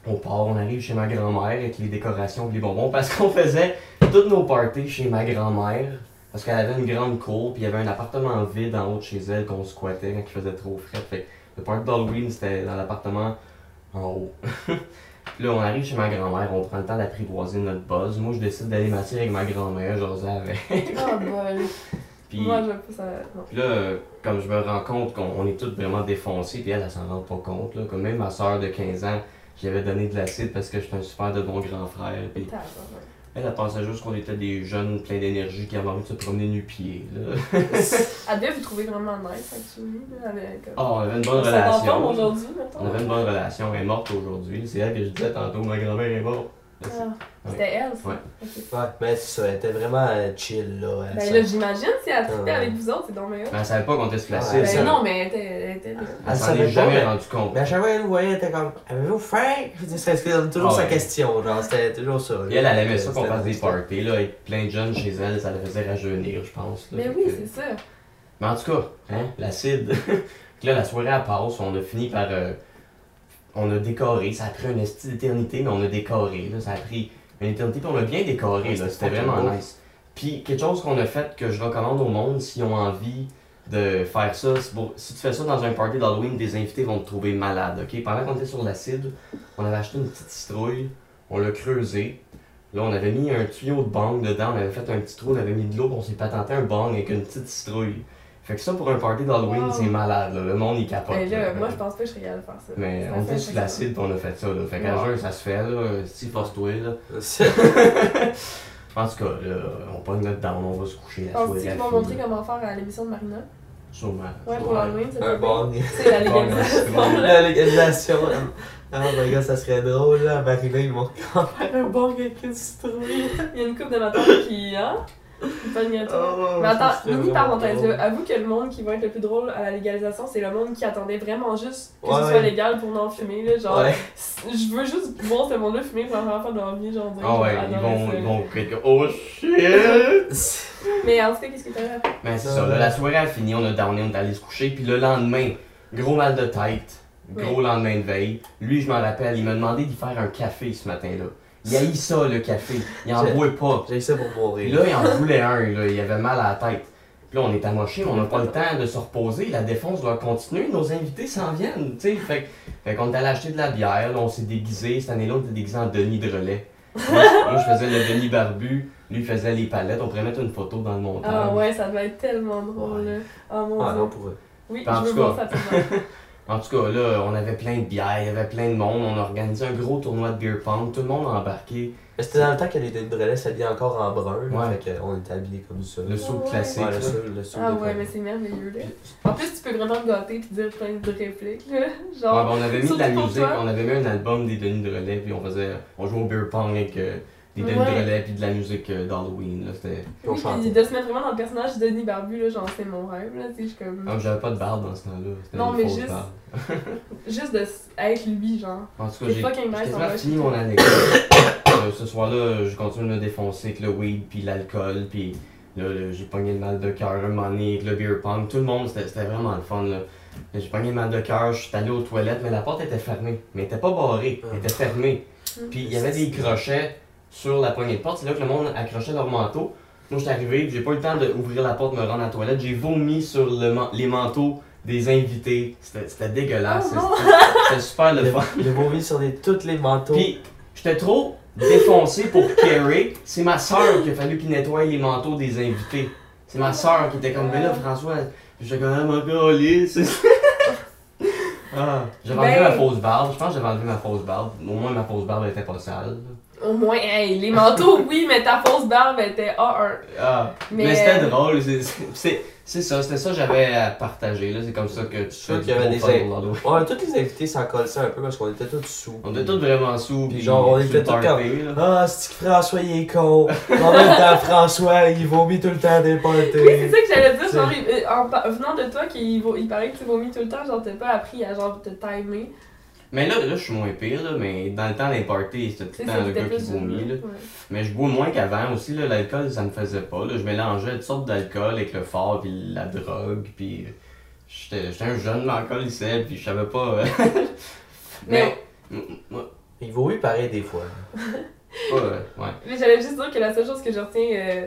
Speaker 1: on part, on arrive chez ma grand-mère avec les décorations et les bonbons parce qu'on faisait toutes nos parties chez ma grand-mère parce qu'elle avait une grande cour puis il y avait un appartement vide en haut de chez elle qu'on squattait quand il faisait trop frais. Fait que le party d'Halloween c'était dans l'appartement en haut. [laughs] Puis là, on arrive chez ma grand-mère, on prend le temps d'apprivoiser notre buzz. Moi, je décide d'aller m'asseoir avec ma grand-mère, j'osais avec.
Speaker 3: Ah, bol.
Speaker 1: [laughs] Puis-
Speaker 3: Moi, je veux pas ça. Non.
Speaker 1: puis là, euh, comme je me rends compte qu'on on est tous vraiment défoncés, puis elle, elle s'en rend pas compte. Là. Comme même ma soeur de 15 ans, j'avais donné de l'acide parce que j'étais un super de bon grand frère. Puis
Speaker 3: T'as raison, ouais.
Speaker 1: Elle, elle pensait juste qu'on était des jeunes pleins d'énergie qui avaient envie de se promener nu-pieds. là. [laughs]
Speaker 3: Elle devait vous trouver vraiment nice, actually. là. Elle avait comme-
Speaker 1: Ah, on avait une bonne
Speaker 3: On s'est en forme
Speaker 1: relation.
Speaker 3: aujourd'hui,
Speaker 1: On avait
Speaker 3: mettons.
Speaker 1: une bonne relation. Elle est morte aujourd'hui. C'est elle que je disais tantôt, ma grand-mère est morte.
Speaker 3: Ah, C'était elle, ça.
Speaker 1: Ouais.
Speaker 3: Ok.
Speaker 2: Ouais, mais c'est ça, elle était vraiment euh, chill, là. elle,
Speaker 3: Ben
Speaker 2: ça.
Speaker 3: là, j'imagine, si elle trippait
Speaker 2: Euh.
Speaker 3: avec vous autres, c'est dans meilleur.
Speaker 1: Mais elle savait pas qu'on était placés.
Speaker 2: c'est
Speaker 3: Ben
Speaker 2: ça.
Speaker 3: non, mais elle était- elle était.
Speaker 1: Elle
Speaker 2: Ah, Elle
Speaker 1: s'en
Speaker 2: savait
Speaker 1: est
Speaker 2: pas,
Speaker 1: jamais
Speaker 2: mais- ben,
Speaker 1: rendue compte.
Speaker 2: Mais à chaque fois qu'elle nous voyait, elle était comme Avez-vous faim Je veux dire, ça ça donne toujours
Speaker 1: Ah
Speaker 2: sa
Speaker 1: ouais.
Speaker 2: question, genre, c'était toujours ça.
Speaker 1: Et elle, elle aimait
Speaker 2: C'était- hein.
Speaker 1: ça qu'on fasse des
Speaker 2: c'était-
Speaker 1: parties là, avec plein de jeunes chez elle, ça la faisait rajeunir, je pense. là.
Speaker 3: Mais
Speaker 1: Fait
Speaker 3: Ben oui,
Speaker 1: que-
Speaker 3: c'est ça.
Speaker 1: Mais en tout cas, hein, l'acide. [laughs] Puis là, la soirée à passe, on a fini par. euh, on a décoré, ça a pris une esti d'éternité, mais on a décoré. Là, ça a pris une éternité, puis on a bien décoré,
Speaker 2: Ouais,
Speaker 1: là,
Speaker 2: c'était
Speaker 1: c'était
Speaker 2: fucking
Speaker 1: vraiment
Speaker 2: beau.
Speaker 1: nice. Puis quelque chose qu'on a fait que je recommande au monde s'ils ont envie de faire ça, c'est pour- si tu fais ça dans un party d'Halloween, des invités vont te trouver malade, ok? Pendant qu'on était sur l'acide, on avait acheté une petite citrouille, on l'a creusée. Là, on avait mis un tuyau de bang dedans, on avait fait un petit trou, on avait mis de l'eau, puis on s'est patenté un bang avec une petite citrouille. Fait que ça, pour un party d'Halloween,
Speaker 3: Wow.
Speaker 1: c'est malade, là. Le monde, il capote.
Speaker 3: Mais
Speaker 1: là.
Speaker 3: Ben là, moi, je pense pas que je serais capable de faire ça.
Speaker 1: Mais
Speaker 3: Ça
Speaker 1: on était
Speaker 3: fait
Speaker 1: sur
Speaker 3: impressionnant.
Speaker 1: l'acide, puis on a fait ça, là. Fait qu'à
Speaker 3: Ouais.
Speaker 1: jeun, ça se fait, là. Si, force-toi, là. En tout cas, là, on pogne notre down, on va se coucher la
Speaker 3: Penses-tu
Speaker 1: soirée.
Speaker 3: qu'ils
Speaker 1: elle
Speaker 3: m'ont
Speaker 1: finit.
Speaker 3: montré comment faire à l'émission de Marina?
Speaker 1: Sûrement.
Speaker 3: Ouais, pour
Speaker 1: sûrement.
Speaker 3: l'Halloween, c'est
Speaker 2: Un bang.
Speaker 3: C'est la
Speaker 1: Bon,
Speaker 3: [laughs]
Speaker 1: bon.
Speaker 2: [laughs]
Speaker 3: légalisation.
Speaker 2: La légalisation. Ah, my god, ça serait drôle, là, à Marina, ils [laughs] m'ont.
Speaker 3: Un bon avec une citrouille. Il y a une coupe de matin qui, hein? Une pogne à tout.
Speaker 2: Oh,
Speaker 3: Mais
Speaker 2: ça
Speaker 3: attends,
Speaker 2: serait
Speaker 3: mini
Speaker 2: vraiment
Speaker 3: parenthèse
Speaker 2: drôle.
Speaker 3: là, avoue que le monde qui va être le plus drôle à la légalisation, c'est le monde qui attendait vraiment juste que
Speaker 2: Ouais,
Speaker 3: ce soit
Speaker 2: ouais.
Speaker 3: légal pour en fumer, là, genre,
Speaker 2: Ouais.
Speaker 3: je veux juste voir ce monde-là fumer pour la première fois dans la vie, genre,
Speaker 1: Ah ouais,
Speaker 3: j'adorais
Speaker 1: ils
Speaker 3: ça.
Speaker 1: vont, ils vont être comme, Oh shit!
Speaker 3: Mais en tout cas, qu'est-ce que t'as fait?
Speaker 1: Mais c'est ça, là, la soirée a fini, on a downé, on est allé se coucher, puis le lendemain, gros mal de tête, gros lendemain de veille. Lui, je m'en rappelle, il m'a demandé d'y faire un café ce matin-là. Il haït ça, le café. Il en
Speaker 2: Je-
Speaker 1: boit pas.
Speaker 2: [laughs] J'ai eu ça pour
Speaker 1: Et
Speaker 2: mourir.
Speaker 1: là, il en voulait un, là. il avait mal à la tête. Puis là, on est amoché, on n'a pas le temps de se reposer, la défense doit continuer, nos invités s'en viennent, tu sais. Fait, que- fait qu'on est allé acheter de la bière, là, on s'est déguisé, cette année-là, on était déguisé en Denis de relais. Moi, je- moi, je faisais le Denis barbu, lui faisait les palettes, on pourrait mettre une photo dans le montage.
Speaker 3: Ah ouais, ça devait être tellement drôle,
Speaker 1: Ouais.
Speaker 3: là. Oh mon
Speaker 2: Ah
Speaker 3: dieu.
Speaker 2: non, pour eux.
Speaker 3: Oui,
Speaker 1: Ben, en
Speaker 3: je veux
Speaker 1: tout cas.
Speaker 3: voir ça tellement.
Speaker 1: En tout cas, là, on avait plein de bières, il y avait plein de monde, on a organisé un gros tournoi de beer pong, tout le monde a embarqué,
Speaker 2: Mais c'était dans le temps que les Denis Brelet s'habillaient encore en brun.
Speaker 1: Ouais.
Speaker 2: Fait qu'on était habillés comme ça.
Speaker 1: le saut
Speaker 3: Ouais.
Speaker 1: classique.
Speaker 2: Ouais, le
Speaker 1: là.
Speaker 2: seul, le seul
Speaker 3: Ah
Speaker 2: de
Speaker 3: ouais,
Speaker 2: comme-
Speaker 3: mais c'est merveilleux, là. En plus, tu peux vraiment te gâter pis dire plein de répliques, là.
Speaker 1: Ouais,
Speaker 3: Genre,
Speaker 1: ben, on avait mis de la
Speaker 3: Surtout pour
Speaker 1: musique,
Speaker 3: toi.
Speaker 1: on avait mis un album des Denis de Relais, puis on faisait, on jouait au beer pong avec euh, des Denis de
Speaker 3: Ouais.
Speaker 1: Relais, puis de la musique euh, d'Halloween. là, C'était.
Speaker 2: Puis on
Speaker 3: oui,
Speaker 2: chantait.
Speaker 3: pis de se mettre vraiment dans le personnage de Denis Barbu, là, genre, c'est mon rêve, là, tu sais, je suis comme.
Speaker 1: Ah, J'avais pas de barbe dans ce temps-là. c'était
Speaker 3: Non,
Speaker 1: une
Speaker 3: mais
Speaker 1: fausse
Speaker 3: juste-
Speaker 1: barbe.
Speaker 3: Juste de s- être lui, genre.
Speaker 1: En tout cas,
Speaker 3: C'est
Speaker 1: j'ai
Speaker 3: fucking nice,
Speaker 1: j'ai quasiment
Speaker 3: on va
Speaker 1: fini
Speaker 3: acheter.
Speaker 1: mon anecdote. [coughs] Euh, ce soir-là, je continue de me défoncer avec le weed, puis l'alcool, puis là, là, j'ai pogné le mal de cœur un moment donné, avec le beer pong. Tout le monde, c'était c'était vraiment le fun. là. J'ai pogné le mal de cœur, je suis allé aux toilettes, mais la porte était fermée. Mais elle était pas barrée, elle était fermée.
Speaker 3: Ah.
Speaker 1: Puis il y avait des crochets sur la poignée de porte. C'est là que le monde accrochait leur manteau. Moi, j'étais arrivé, puis j'ai pas eu le temps d'ouvrir la porte, me rendre à la toilette. J'ai vomi sur le man- les manteaux des invités. C'était c'était dégueulasse.
Speaker 3: Oh non.
Speaker 1: C'était- C'était super le fun.
Speaker 2: Il a vomi sur les, tous les manteaux.
Speaker 1: Puis, j'étais trop défoncé pour Carrie. C'est ma soeur qui a fallu qu'il nettoie les manteaux des invités. C'est ma soeur qui était comme, ben là, François. Puis J'étais comme, ah, mon gars, [laughs] Ah, j'avais enlevé
Speaker 3: Ben-
Speaker 1: ma fausse barbe. Je pense que j'avais enlevé ma fausse barbe. Au moins, ma fausse barbe elle était pas sale.
Speaker 3: Au moins, hey,
Speaker 1: [laughs]
Speaker 3: les manteaux, oui, mais ta fausse barbe était A1.
Speaker 1: Ah, mais,
Speaker 3: Mais- euh,
Speaker 1: c'était drôle. c'est- c'est- C'est c'est ça, c'était ça que j'avais à partager. là. C'est comme ça que tu
Speaker 2: sûr
Speaker 1: fais
Speaker 2: qu'il y avait
Speaker 1: gros
Speaker 2: des
Speaker 1: fun
Speaker 2: in-
Speaker 1: pour l'ado.
Speaker 2: Ouais, tous les invités s'en collaient un peu parce qu'on était tous sous.
Speaker 1: On était tous vraiment sous.
Speaker 2: Puis genre, on
Speaker 1: sur
Speaker 2: était
Speaker 1: le
Speaker 2: tous comme-
Speaker 1: party, là.
Speaker 2: Ah, c'est que François, il est con. En même temps, François, il vomit tout le temps des
Speaker 3: Oui, c'est
Speaker 2: parties.
Speaker 3: ça que j'allais dire,
Speaker 2: C'est-
Speaker 3: genre, il- en pa- venant de toi, qu'il vo- il paraît que tu vomis tout le temps, genre, t'as pas appris à, genre, te timer.
Speaker 1: Mais là, là je suis moins pire, là, mais dans le temps des parties, c'était tout
Speaker 3: Tu
Speaker 1: le
Speaker 3: sais,
Speaker 1: temps le
Speaker 3: c'était
Speaker 1: gars qui
Speaker 3: plus une-
Speaker 1: vomit. Là.
Speaker 3: ouais.
Speaker 1: Mais je bois moins qu'avant aussi, là, l'alcool ça me faisait pas. Là. Je mélangeais toutes sortes d'alcool avec le fort puis la drogue puis euh, j'étais j'étais un jeune alcoolisé puis je savais pas. euh, [laughs] mais
Speaker 3: Mais-
Speaker 2: Il vomit pareil des fois.
Speaker 1: pas, euh, ouais.
Speaker 3: Mais j'allais juste dire que la seule chose que je retiens euh,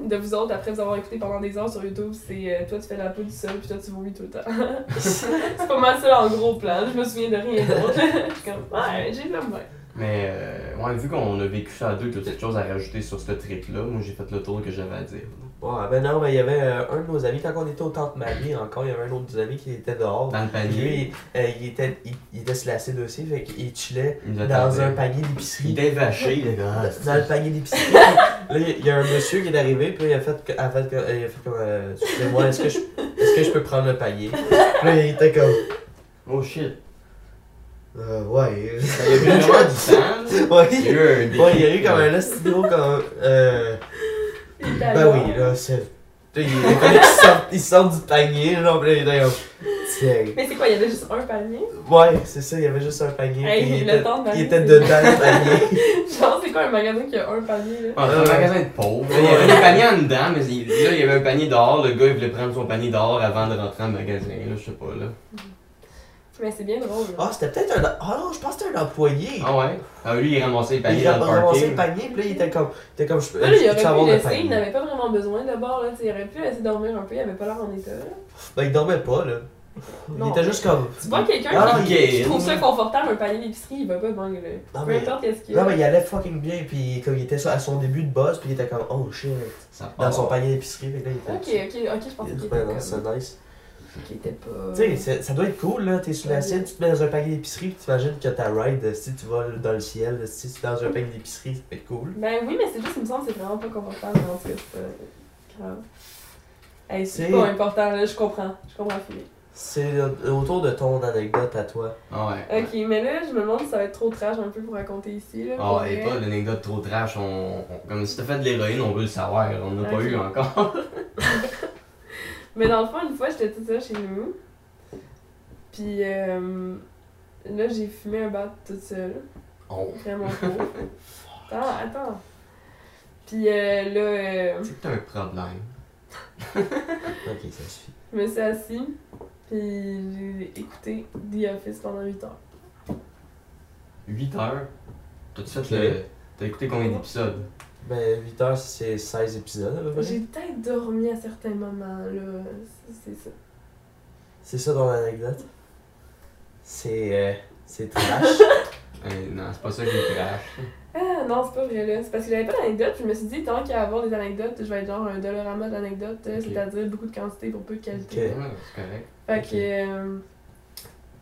Speaker 3: de vous autres, après vous avoir écouté pendant des heures sur YouTube, c'est euh, toi, tu fais la peau du sol, puis toi, tu vomis tout le temps. [laughs] c'est pas mal ça, en gros plan. Je me souviens de rien d'autre. [laughs] Je suis comme, ouais, j'ai de la
Speaker 2: Ben
Speaker 3: main.
Speaker 1: Mais euh, ouais, vu qu'on a vécu ça à deux, toute cette chose à rajouter sur ce trip là, moi j'ai fait le tour que j'avais à dire. là.
Speaker 2: Ouais, ben non, mais il y avait euh, un de nos amis, quand on était au Tente Marie encore, il y avait un autre de nos amis qui était dehors.
Speaker 1: Dans le panier.
Speaker 2: Lui, euh, il était, il, il était slacé aussi, fait qu'il chillait
Speaker 1: Il nous
Speaker 2: dans
Speaker 1: attendait.
Speaker 2: un panier
Speaker 1: Il
Speaker 2: d'épicerie.
Speaker 1: était vaché, le gars.
Speaker 2: Dans le
Speaker 1: [laughs]
Speaker 2: panier d'épicerie. là, il y a un monsieur qui est arrivé, puis là, il a fait, que- il a fait, que- il a fait comme. euh, Excusez-moi, est-ce que, je- est-ce que je peux prendre le panier Puis là, il était comme.
Speaker 1: Oh shit.
Speaker 2: Euh, ouais.
Speaker 1: Il
Speaker 2: [laughs]
Speaker 1: y a eu vraiment du sang. là. Il y a
Speaker 2: ouais.
Speaker 1: eu un défi.
Speaker 2: Ouais, il y a eu comme un esti gros comme. Euh, ben oui, là, c'est. Tu sais, Il il fallait qu'il sorte- il sorte du panier, là, puis là, il était comme. Tiens.
Speaker 3: Mais c'est quoi, il y avait juste un panier?
Speaker 2: Ouais, c'est ça, il y avait juste un panier.
Speaker 3: Hey,
Speaker 2: puis il,
Speaker 3: le
Speaker 2: était,
Speaker 3: temps de
Speaker 2: il
Speaker 3: panier,
Speaker 2: était
Speaker 3: c'est-
Speaker 2: dedans le
Speaker 3: [laughs]
Speaker 2: panier.
Speaker 3: [laughs] Genre, c'est quoi un magasin qui a un panier, là?
Speaker 1: Ah, c'est un magasin de pauvres. Il y avait des paniers en dedans, mais il- là, il y avait un panier dehors. Le gars, il voulait prendre son panier dehors avant de rentrer en magasin. Là, je sais pas, là.
Speaker 3: Mais c'est bien drôle, là.
Speaker 2: Ah, c'était peut-être un. Ah non, je pense que c'était un employé.
Speaker 1: Ah ouais? Ah, lui, il ramassait les paniers
Speaker 2: il a
Speaker 1: dans le
Speaker 2: ramassé le
Speaker 1: parking.
Speaker 2: panier, puis là, il était comme. Il était comme. Je peux
Speaker 3: Là, il
Speaker 2: je peux-tu
Speaker 3: aurait pu
Speaker 2: avoir le
Speaker 3: laisser, il
Speaker 2: panier.
Speaker 3: n'avait pas vraiment besoin d'abord, là. tu sais, Il aurait pu laisser dormir un peu, il avait pas l'air en état, là.
Speaker 2: Ben, il dormait pas, là.
Speaker 3: Non.
Speaker 2: Il était juste comme.
Speaker 3: Tu vois quelqu'un
Speaker 2: Ah,
Speaker 3: qui,
Speaker 1: il est-
Speaker 3: qui trouve ça confortable, un panier d'épicerie, il va pas bang, là.
Speaker 2: Non,
Speaker 3: Peu
Speaker 2: mais-
Speaker 3: importe qu'est-ce qu'il y a.
Speaker 2: Non, mais il allait fucking bien, puis comme il était sur- à son début de boss, puis il était comme. Oh shit.
Speaker 1: Ça part.
Speaker 2: Dans son panier d'épicerie, puis là, il était.
Speaker 3: Ok, ok, ok, je pensais
Speaker 2: Il était
Speaker 3: qu'il était
Speaker 2: ben,
Speaker 3: comme...
Speaker 2: non, c'est nice.
Speaker 3: qu'il était pas...
Speaker 2: Tu sais, c'est- ça doit être cool, là. T'es sur la scène, tu te mets dans un panier d'épicerie, puis t'imagines que ta ride, si tu vas dans le ciel, si tu es dans un panier d'épicerie, ça peut être cool.
Speaker 3: Ben oui, mais c'est juste, il me semble, que c'est vraiment pas confortable, mais en tout cas, c'est pas grave. Hey, c'est
Speaker 2: C'est-
Speaker 3: pas important, là, je comprends, je comprends, Philippe.
Speaker 2: C'est autour de ton anecdote à toi.
Speaker 1: Ah ouais.
Speaker 3: Ok, mais là, je me demande si ça va être trop trash un peu pour raconter ici, là.
Speaker 1: Ah,
Speaker 3: pour
Speaker 1: et
Speaker 3: vrai.
Speaker 1: pas d'anecdote trop trash. On, on- comme si t'as fait de l'héroïne, on veut le savoir. On n'a pas
Speaker 3: Ok.
Speaker 1: eu encore. [laughs]
Speaker 3: Mais dans le fond, une fois, j'étais toute seule chez nous. Puis euh, là, j'ai fumé un bat toute seule.
Speaker 1: Oh.
Speaker 2: [laughs]
Speaker 3: Vraiment cool. attends, attends. Puis euh, là, euh,
Speaker 1: C'est que t'as un problème.
Speaker 2: Ok, ça suffit.
Speaker 3: je me suis assise. Puis j'ai écouté The Office pendant 8 heures.
Speaker 1: 8 heures. T'as-tu fait
Speaker 2: Ok.
Speaker 1: le. T'as écouté combien d'épisodes?
Speaker 2: Ben, 8 heures, c'est 16 épisodes à peu près.
Speaker 3: J'ai peut-être dormi à certains moments, là. C'est c'est ça.
Speaker 2: C'est ça ton anecdote? C'est. euh, c'est
Speaker 3: [laughs]
Speaker 2: trash.
Speaker 1: Euh, non, c'est pas ça qui est trash.
Speaker 3: Ah non, c'est pas vrai, là. C'est parce que j'avais pas d'anecdote. puis Je me suis dit, tant qu'à avoir des anecdotes, je vais être genre un dollarama d'anecdotes,
Speaker 1: Ok.
Speaker 3: c'est-à-dire beaucoup de quantité pour peu de qualité.
Speaker 2: Ok.
Speaker 1: Ouais, c'est correct.
Speaker 3: Fait
Speaker 2: Ok.
Speaker 3: que. euh,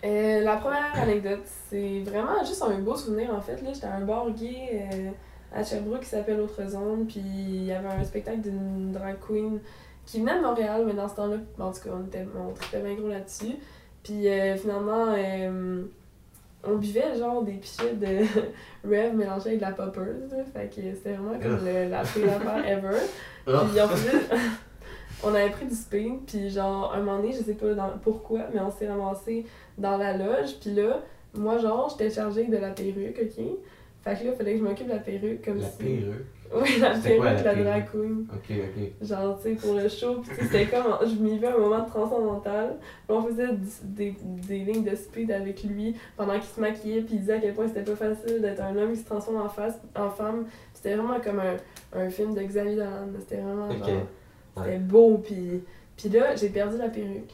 Speaker 3: euh, la première anecdote, c'est vraiment juste un beau souvenir en fait. Là, j'étais à un bar gay euh, à Sherbrooke qui s'appelle Autre Zone, puis il y avait un spectacle d'une drag queen qui venait de Montréal, mais dans ce temps-là, en tout cas, on, était, on tripait bien gros là-dessus. Puis euh, finalement, euh, on buvait genre des pichets de [laughs] Rev mélangés avec de la poppers. là. Fait que c'était vraiment comme le- la pire affaire ever.
Speaker 1: Ah,
Speaker 3: Puis on faisait- [laughs] on avait pris du speed, puis genre, un moment donné, je sais pas dans- pourquoi, mais on s'est ramassé dans la loge, puis là, moi, genre, j'étais chargée de la perruque, ok? Fait que là, fallait que je m'occupe de la perruque comme
Speaker 1: La
Speaker 3: si. [laughs]
Speaker 1: perruque.
Speaker 3: Oui, la
Speaker 1: C'était quoi,
Speaker 3: perruque,
Speaker 1: la
Speaker 3: la drag queen.
Speaker 1: Ok, ok.
Speaker 3: Genre, tu sais, pour le show, puis tu sais, c'était comme. Je vivais un moment transcendantal. Puis on faisait du- des, des lignes de speed avec lui pendant qu'il se maquillait, puis il disait à quel point c'était pas facile d'être un homme qui se transforme en, face, en femme. Puis c'était vraiment comme un, un film de Xavier Dolan. C'était vraiment.
Speaker 2: Ok.
Speaker 3: genre, c'était beau, puis puis là, j'ai perdu la perruque.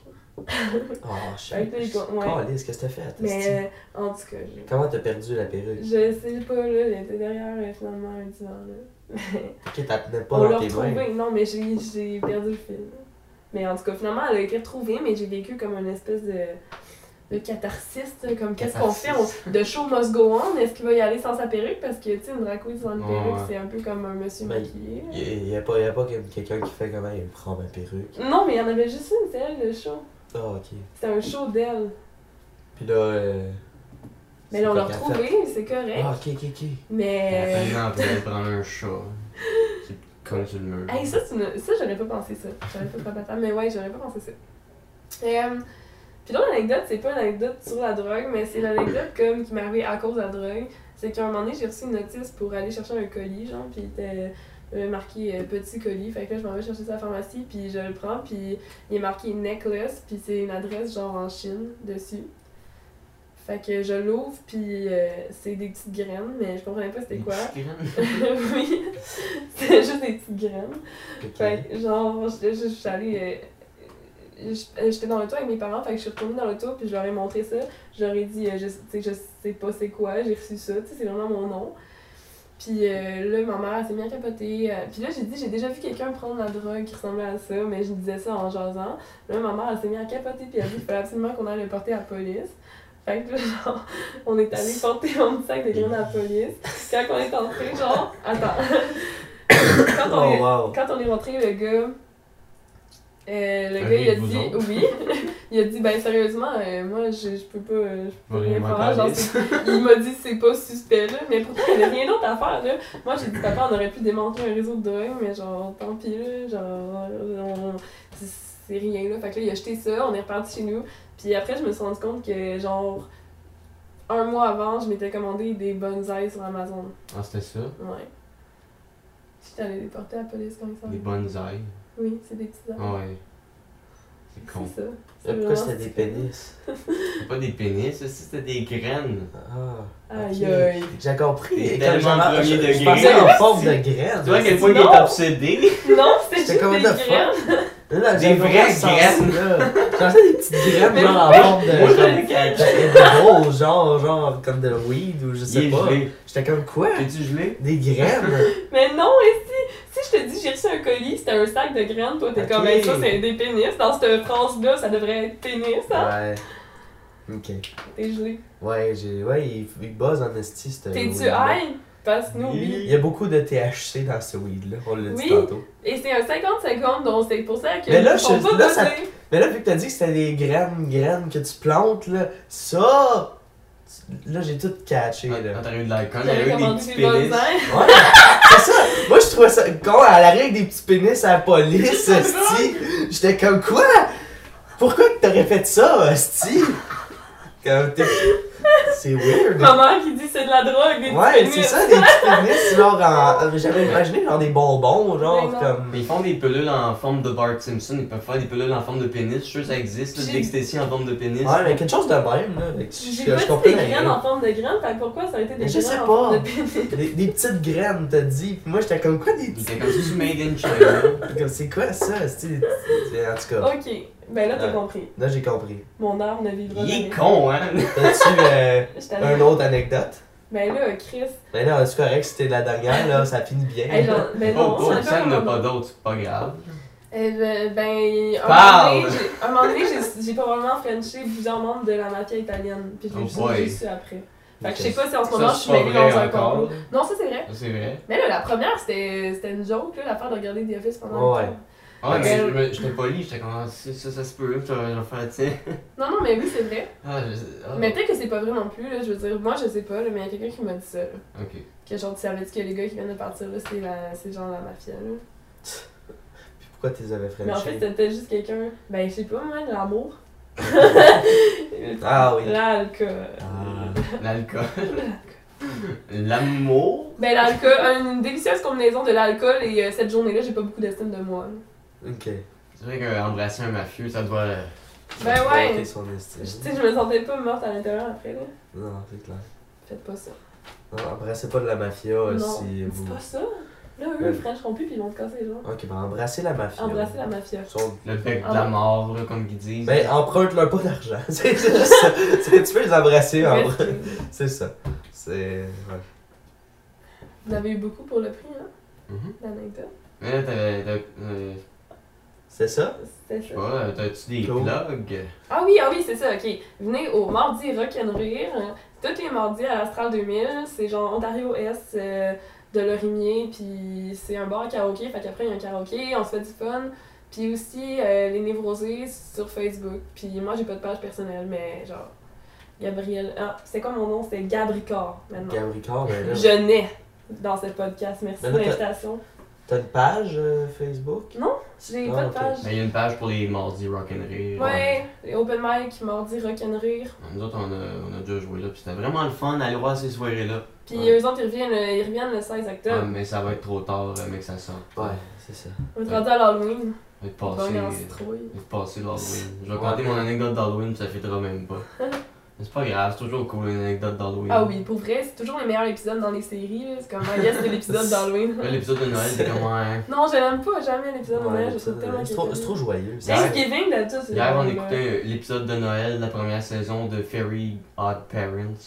Speaker 2: Oh,
Speaker 3: Fait que là,
Speaker 2: shit.
Speaker 3: il con- ouais.
Speaker 2: Caliste, qu'est-ce que t'as fait? esti?
Speaker 3: Mais euh, en tout cas, je,
Speaker 2: Comment t'as perdu la perruque?
Speaker 3: je sais pas, là, elle était derrière euh, finalement un divan, là.
Speaker 2: Ok, t'as tenais pas
Speaker 3: On l'a
Speaker 2: dans tes mains.
Speaker 3: retrouvée, non, mais j'ai j'ai perdu le fil. Mais en tout cas, finalement, elle a été retrouvée, mais j'ai vécu comme une espèce de, de catharsis, là, comme qu'est-ce qu'on fait?
Speaker 1: Catharsis.
Speaker 3: on- The show must go on, est-ce qu'il va y aller sans sa perruque? Parce que, tu sais, une drag queen sans une
Speaker 1: Ouais,
Speaker 3: perruque,
Speaker 1: ouais.
Speaker 3: c'est un peu comme un monsieur
Speaker 2: Ben,
Speaker 3: maquillé. là.
Speaker 2: Il y a, pas- y a pas comme quelqu'un qui fait comment il prend ma perruque.
Speaker 3: Non, mais il y en avait juste une, c'est elle, le show.
Speaker 2: Ah, ok.
Speaker 3: C'était un show d'elle.
Speaker 2: Puis là. Euh,
Speaker 3: Mais là, on
Speaker 2: c'est
Speaker 3: l'a
Speaker 2: pas qu'à
Speaker 3: retrouvée, c'est
Speaker 2: faire.
Speaker 3: correct.
Speaker 2: Ah, Ben, ok, ok, ok.
Speaker 3: Mais.
Speaker 1: Elle a fait prendre un chat. C'est comme sur le mur.
Speaker 3: Hey, ça, c'est une- ça j'aurais pas pensé ça. J'aurais pas pensé ça, mais ouais, j'aurais pas pensé ça. Euh, puis l'autre anecdote, c'est pas une anecdote sur la drogue, mais c'est l'anecdote comme qui m'est arrivée à cause de la drogue. C'est qu'à un moment donné, j'ai reçu une notice pour aller chercher un colis, genre, puis il était euh, marqué euh, petit colis. Fait que là, je m'en vais chercher ça à la pharmacie, puis je le prends, puis il est marqué necklace, puis c'est une adresse genre en Chine dessus. Fait que je l'ouvre, puis euh, c'est des petites graines, mais je comprenais pas c'était
Speaker 1: Des [laughs]
Speaker 3: quoi. [laughs]
Speaker 1: petites graines.
Speaker 3: oui, [laughs] c'était juste des petites graines.
Speaker 2: Ok.
Speaker 3: Fait que, genre, j'étais je, je suis allée. euh, je- euh, J'étais dans l'auto avec mes parents, fait que je suis retournée dans l'auto, puis je leur ai montré ça. Je leur ai dit, euh, je, tu sais, je sais pas c'est quoi, j'ai reçu ça, tu sais, c'est vraiment mon nom. Puis euh, là, ma mère, elle s'est bien capotée. euh, Puis là, j'ai dit, j'ai déjà vu quelqu'un prendre la drogue qui ressemblait à ça, mais je disais ça en jasant. Là, ma mère, elle s'est mise à capoter, puis elle a dit qu'il fallait absolument qu'on aille le porter à la police. Fait que là, genre, [laughs] on est allé porter mon petit sac de graines à la police. Quand on est entré, genre, attends. [coughs] quand, on est,
Speaker 2: Oh, wow.
Speaker 3: quand on est rentré, le gars. euh, le
Speaker 1: Allez,
Speaker 3: gars, il a
Speaker 1: vous
Speaker 3: dit
Speaker 1: autres.
Speaker 3: oui. [laughs] il a dit, ben sérieusement, euh, moi, je, je peux pas. euh, je peux rien
Speaker 1: Vraiment
Speaker 3: faire. Genre,
Speaker 1: caliste.
Speaker 3: c'est- il m'a dit, c'est pas suspect, là. Mais pourtant, il n'y avait rien d'autre à faire, là. Moi, j'ai dit, papa, on aurait pu démanteler un réseau de drogue, mais genre, tant pis, là. Genre, on- c'est- c'est rien, là. Fait que là, il a jeté ça, on est reparti chez nous. Puis après, je me suis rendu compte que, genre, un mois avant, je m'étais commandé des bonsaïs sur Amazon.
Speaker 1: Ah, c'était ça.
Speaker 3: Ouais. J'étais allée les porter à la police quand ils sont
Speaker 1: Des
Speaker 3: venus.
Speaker 1: bonsaïs.
Speaker 3: Oui, c'est des petits arbres.
Speaker 1: Ah ouais. C'est con.
Speaker 3: C'est ça. C'est
Speaker 2: Pourquoi
Speaker 3: vraiment
Speaker 2: c'était des
Speaker 3: stupide.
Speaker 2: pénis?
Speaker 1: C'est pas des pénis, ça, c'était des graines.
Speaker 2: Ah.
Speaker 3: Aïe
Speaker 2: ok.
Speaker 3: aïe.
Speaker 2: J'ai compris.
Speaker 1: T'es tellement
Speaker 2: Quand je-
Speaker 1: premier
Speaker 2: je-
Speaker 1: degré.
Speaker 2: Je pensais en forme de graines.
Speaker 1: Tu vois à quel
Speaker 3: c'est-
Speaker 1: point il
Speaker 3: non.
Speaker 1: est
Speaker 3: [laughs]
Speaker 1: obsédé?
Speaker 3: Non, c'était
Speaker 2: C'était
Speaker 3: juste
Speaker 2: comme
Speaker 3: des
Speaker 2: de fuck.
Speaker 3: graines.
Speaker 2: Là, là,
Speaker 1: Des
Speaker 2: j'avais
Speaker 1: vraies
Speaker 2: vraiment ce
Speaker 1: graines. [laughs]
Speaker 2: sens-là. Je pensais des petites graines
Speaker 3: Mais
Speaker 2: genre en
Speaker 3: pourquoi?
Speaker 2: forme de.
Speaker 1: Moi, je
Speaker 2: genre-
Speaker 1: l'ai catché.
Speaker 2: de- de gros, genre, genre comme de weed ou je
Speaker 1: Il
Speaker 2: sais
Speaker 1: est
Speaker 2: pas.
Speaker 1: gelé.
Speaker 2: J'étais comme quoi?
Speaker 1: T'es-tu gelé?
Speaker 2: Des
Speaker 1: [laughs]
Speaker 2: graines?
Speaker 3: Mais non, et si, si je te dis j'ai reçu un colis, c'était un sac de graines, toi t'es
Speaker 2: Ok.
Speaker 3: comme Ben, ça, c'est des pénis. Dans cette France-là, ça devrait être pénis, hein?
Speaker 2: Ouais. Ok.
Speaker 3: T'es gelé.
Speaker 2: Ouais, j'ai. Ouais, il, il buzz en esti, ce
Speaker 3: T'es-tu
Speaker 2: weed-là.
Speaker 3: high? Parce que nous, oui.
Speaker 2: Il y a beaucoup de THC dans ce weed-là, on l'a dit
Speaker 3: Oui.
Speaker 2: tantôt.
Speaker 3: Et c'est un 50 secondes, donc c'est pour ça que.
Speaker 2: Mais là,
Speaker 3: ils sont
Speaker 2: je-
Speaker 3: pas
Speaker 2: là, ça-
Speaker 3: dosés.
Speaker 2: Mais là, vu que t'as dit que c'était des graines, graines que tu plantes, là, ça. Là, j'ai tout catché,
Speaker 1: Ah,
Speaker 2: là.
Speaker 1: T'as eu de l'alcool, il y
Speaker 3: J'avais
Speaker 1: a eu des
Speaker 3: commandé
Speaker 1: petits
Speaker 3: des
Speaker 1: pénis.
Speaker 3: bonsaïs.
Speaker 2: Ouais! C'est ça! Moi, je trouvais ça con à la règle des petits pénis à la police, esti! J'étais comme quoi? Pourquoi que t'aurais fait ça, esti? Comme t'es. C'est weird!
Speaker 3: Maman qui dit c'est de la drogue, des petits
Speaker 2: Ouais,
Speaker 3: pénis.
Speaker 2: c'est ça, des petits pénis, genre en. euh, J'avais imaginé, genre des bonbons,
Speaker 3: Mais non.
Speaker 2: genre comme.
Speaker 1: Mais Ils font des pelules en forme de Bart Simpson, ils peuvent faire des pelules en forme de pénis, je suis sûr que ça existe, là, de
Speaker 3: J'ai-
Speaker 1: l'ecstasy en forme de pénis.
Speaker 2: Ouais, mais quelque chose de même, là. Fait que
Speaker 3: J'ai
Speaker 2: je-
Speaker 3: pas
Speaker 2: je
Speaker 3: dit
Speaker 2: comprenais
Speaker 3: des graines
Speaker 2: rien.
Speaker 3: en forme de graines, fait que pourquoi ça a été des
Speaker 2: Mais je
Speaker 3: graines
Speaker 2: sais
Speaker 3: en
Speaker 2: pas.
Speaker 3: forme de pénis?
Speaker 2: Des, des petites graines, t'as dit. Puis moi, j'étais comme quoi des
Speaker 1: Il
Speaker 2: petites.
Speaker 1: était comme si made in China.
Speaker 2: Comme c'est quoi ça? esti? Des petites- des- En tout cas,
Speaker 3: Ok, ben là t'as
Speaker 2: Ouais.
Speaker 3: compris.
Speaker 2: là, j'ai compris.
Speaker 3: Mon arbre ne vivra
Speaker 1: Il
Speaker 3: jamais.
Speaker 1: est con, hein?
Speaker 2: T'as-tu euh,
Speaker 3: Je t'avais-
Speaker 2: une autre anecdote?
Speaker 3: Ben là, Chris.
Speaker 2: Mais non, c'est correct, c'était la dernière, là, ça finit bien.
Speaker 3: Hey, genre, ben non,
Speaker 1: Oh, ça,
Speaker 3: c'est
Speaker 1: ça, il n'y en a
Speaker 3: vraiment
Speaker 1: pas d'autres, c'est pas grave.
Speaker 3: Eh ben, ben, un
Speaker 1: Parle.
Speaker 3: moment donné, j'ai- un moment donné, j'ai- j'ai probablement frenché plusieurs membres de la mafia italienne. Puis je l'ai
Speaker 1: Oh
Speaker 3: juste
Speaker 1: boy.
Speaker 3: dit ça après. Fait que je sais pas si en ce moment
Speaker 1: Ça,
Speaker 3: je
Speaker 1: c'est
Speaker 3: suis
Speaker 1: pas
Speaker 3: mêlée
Speaker 1: vrai
Speaker 3: dans un
Speaker 1: encore.
Speaker 3: complot. Non, ça c'est vrai.
Speaker 1: Ça, C'est vrai.
Speaker 3: Mais là, la première, c'était c'était une joke, là, l'affaire de regarder The Office pendant
Speaker 2: Ouais.
Speaker 3: le temps.
Speaker 1: Ah, mais
Speaker 3: Ouais.
Speaker 1: je me- j'étais poli, j'étais comme, ah, ça, ça, ça se peut, tu vas faire, tiens.
Speaker 3: Non, non, mais oui, c'est vrai.
Speaker 1: Ah, je- ah.
Speaker 3: Mais peut-être que c'est pas vrai non plus, là. Je veux dire, moi, je sais pas, là, mais il y a quelqu'un qui m'a dit ça, là.
Speaker 1: Ok.
Speaker 3: Que genre, tu savais-tu que les gars qui viennent de partir, là, c'est la- c'est genre la mafia, là.
Speaker 2: Puis pourquoi tu les avais
Speaker 3: Mais en fait,
Speaker 2: frenchés?
Speaker 3: c'était juste quelqu'un, ben, je sais pas, moi, de l'amour.
Speaker 2: [laughs] Ah oui.
Speaker 3: L'alcool.
Speaker 2: Ah.
Speaker 1: L'alcool. L'amour.
Speaker 3: Ben, l'alcool, une délicieuse combinaison de l'alcool et euh, cette journée-là, j'ai pas beaucoup d'estime de moi.
Speaker 2: Ok.
Speaker 1: C'est vrai qu'embrasser un mafieux, ça doit. euh,
Speaker 3: Ben ouais.
Speaker 2: Monter son
Speaker 3: Je- Tu
Speaker 2: estime.
Speaker 3: sais, je me sentais pas morte à l'intérieur après, là.
Speaker 2: Non, c'est clair.
Speaker 3: Faites pas ça.
Speaker 2: Non, embrassez pas de la mafia euh,
Speaker 3: non,
Speaker 2: si
Speaker 3: dites
Speaker 2: vous.
Speaker 3: pas ça. Là, eux,
Speaker 2: Ouais. euh,
Speaker 3: ils frencheront plus puis ils vont te casser les gens.
Speaker 2: Ok, ben embrassez la mafia.
Speaker 3: Embrasser la mafia.
Speaker 2: Sont-
Speaker 1: Le bec de
Speaker 3: Ah.
Speaker 1: la mort, là, comme ils disent.
Speaker 2: Ben, emprunte-leur pas d'argent. [laughs] C'est juste ça. C'est- Tu peux les embrasser, en
Speaker 3: Restez.
Speaker 2: [laughs] C'est ça. C'est. ouais.
Speaker 3: Vous avez eu beaucoup pour le prix, hein,
Speaker 1: Mhm.
Speaker 3: l'anecdote.
Speaker 1: Mais là, t'avais. t'as- euh,
Speaker 2: C'est ça?
Speaker 3: C'était
Speaker 1: Je sais
Speaker 3: ça.
Speaker 1: pas, euh, t'as-tu des
Speaker 2: Cool.
Speaker 1: blogs?
Speaker 3: Ah oui, ah oui, c'est ça, ok. Venez au Mardi Rock'n'Rire. Tous les mardis à l'Astral 2000. C'est genre Ontario S euh, de Lorimier. Puis c'est un bar à karaoké. Fait qu'après, il y a un karaoké. On se fait du fun. Puis aussi, euh, les névrosés sur Facebook. Puis moi, j'ai pas de page personnelle, mais genre. Gabriel. Ah, c'est quoi mon nom C'est Gabricor maintenant.
Speaker 2: Gabricor, ben là.
Speaker 3: Je nais dans ce podcast. Merci
Speaker 2: Mais Ben,
Speaker 3: de
Speaker 2: là, t'as-
Speaker 3: l'invitation.
Speaker 2: T'as une page euh, Facebook?
Speaker 3: J'ai
Speaker 2: Ah,
Speaker 3: pas de
Speaker 2: ok.
Speaker 3: page.
Speaker 1: Ben, il y a une page pour les mardis rock'n'rire.
Speaker 3: Ouais, les open mic, Mardi Rock'n'Rire.
Speaker 1: Nous autres, on a, on a déjà joué là, puis c'était vraiment le fun d'aller voir ces soirées-là.
Speaker 3: Puis
Speaker 2: Ouais.
Speaker 3: eux autres, ils reviennent, euh, ils reviennent le 16 octobre.
Speaker 1: Ah, mais ça va être trop tard, euh, mais que ça sorte.
Speaker 2: Ouais, c'est ça.
Speaker 3: On est rendu à l'Halloween.
Speaker 1: Ça va être
Speaker 3: Bon,
Speaker 1: passé.
Speaker 3: en
Speaker 1: euh,
Speaker 3: citrouille.
Speaker 1: J'ai passé l'Halloween. Je vais
Speaker 2: Ouais.
Speaker 1: compter mon anecdote d'Halloween, puis ça fêtera même pas. Mais c'est pas grave, c'est toujours cool une anecdote d'Halloween.
Speaker 3: Ah oui, pour vrai, c'est toujours les meilleurs épisodes dans les séries. là. C'est comme, ah, yes, c'est l'épisode d'Halloween.
Speaker 1: Là, l'épisode de Noël, c'est comment, hein?
Speaker 3: Non, je l'aime pas, jamais l'épisode de
Speaker 2: Ouais,
Speaker 3: Noël. Je
Speaker 2: l'épisode
Speaker 3: trouve
Speaker 2: de
Speaker 3: tellement
Speaker 2: Noël. c'est trop, c'est trop joyeux. ça.
Speaker 1: Hier-
Speaker 3: Thanksgiving, de tout, c'est
Speaker 1: Hier, on
Speaker 3: vraiment,
Speaker 1: écoutait l'épisode de Noël de la première saison de Fairy Odd Parents.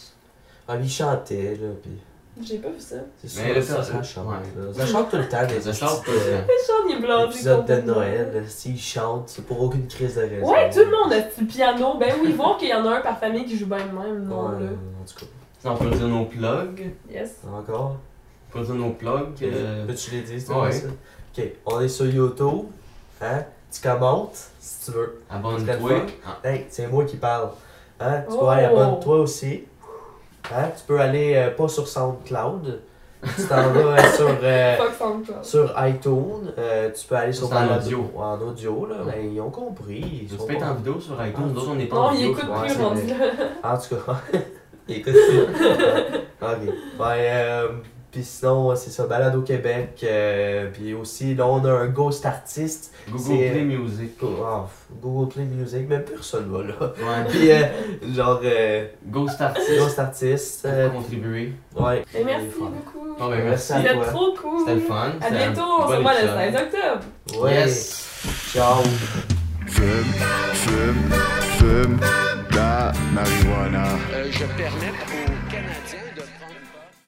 Speaker 2: Ah, mais il chantait, là, pis.
Speaker 3: hein. J'ai pas vu ça.
Speaker 2: C'est
Speaker 1: Mais
Speaker 2: sûr,
Speaker 1: ça,
Speaker 2: ça, ça
Speaker 1: ça-
Speaker 2: chante.
Speaker 1: ouais.
Speaker 2: là. Ça chante tout le temps, des
Speaker 1: Ça chante tout le
Speaker 2: petits, euh,
Speaker 3: Le chant, il est blasé.
Speaker 2: épisodes de
Speaker 3: complètement.
Speaker 2: Noël. là, S'ils chantent, c'est pour aucune crise de raison.
Speaker 3: Ouais, tout le monde a du piano. Ben oui, voir qu'il y en a un par famille qui joue bien de même, non,
Speaker 2: Ouais,
Speaker 3: là.
Speaker 2: en tout cas.
Speaker 1: On peut dire nos plugs.
Speaker 3: Yes.
Speaker 2: Encore?
Speaker 1: On peut dire nos plugs. euh,
Speaker 2: Peux-tu les dire, c'est
Speaker 1: ouais.
Speaker 2: ça? Ok, on est sur YouTube. Hein? Tu commentes, si tu veux.
Speaker 1: Abonne-toi. Ah,
Speaker 2: Hey, c'est moi qui parle. Hein? Tu
Speaker 3: Oh!
Speaker 2: peux aller abonne-toi aussi. Hein? Tu peux aller euh, pas sur SoundCloud. Tu t'en vas euh, sur, euh,
Speaker 3: [laughs] Fuck SoundCloud.
Speaker 2: sur iTunes. Euh, tu peux aller sur
Speaker 1: c'est en
Speaker 2: Balado-
Speaker 1: audio.
Speaker 2: En audio, là. Ben, ils ont compris. Ils
Speaker 1: Tu
Speaker 2: sont
Speaker 1: peux être en
Speaker 2: pas-
Speaker 1: vidéo sur iTunes. Nous autres, on n'est pas en
Speaker 3: Non, il
Speaker 1: vidéo.
Speaker 3: écoute
Speaker 1: sur
Speaker 2: ouais,
Speaker 3: plus hein.
Speaker 2: c'est
Speaker 1: iTunes.
Speaker 3: rendu là.
Speaker 2: En tout cas, [laughs] écoute ça. ok. Ben, euh, puis sinon, c'est ça, Balado Québec. euh, puis aussi, là, on a un ghost artiste.
Speaker 1: Google
Speaker 2: C'est- euh,
Speaker 1: Play Music.
Speaker 2: Oh, Google Play Music, mais personne va là. [laughs]
Speaker 1: Ouais.
Speaker 2: Puis, euh, genre, euh,
Speaker 1: Ghost Artist.
Speaker 2: ghost artiste.
Speaker 1: Pour
Speaker 2: euh,
Speaker 1: contribuer.
Speaker 2: ouais.
Speaker 3: Mais Ben, merci
Speaker 2: Ouais.
Speaker 3: beaucoup.
Speaker 1: Bon, ben, merci.
Speaker 2: à
Speaker 3: Vous êtes
Speaker 2: toi.
Speaker 3: trop cool.
Speaker 1: C'était le fun.
Speaker 3: À
Speaker 1: c'était un
Speaker 3: bientôt,
Speaker 1: bon
Speaker 3: on se voit le
Speaker 1: épisode.
Speaker 3: 16 octobre.
Speaker 2: Ouais.
Speaker 1: Yes.
Speaker 2: Ciao.
Speaker 4: Fume, fume, fume, la marijuana.
Speaker 5: Euh, je permets aux Canadiens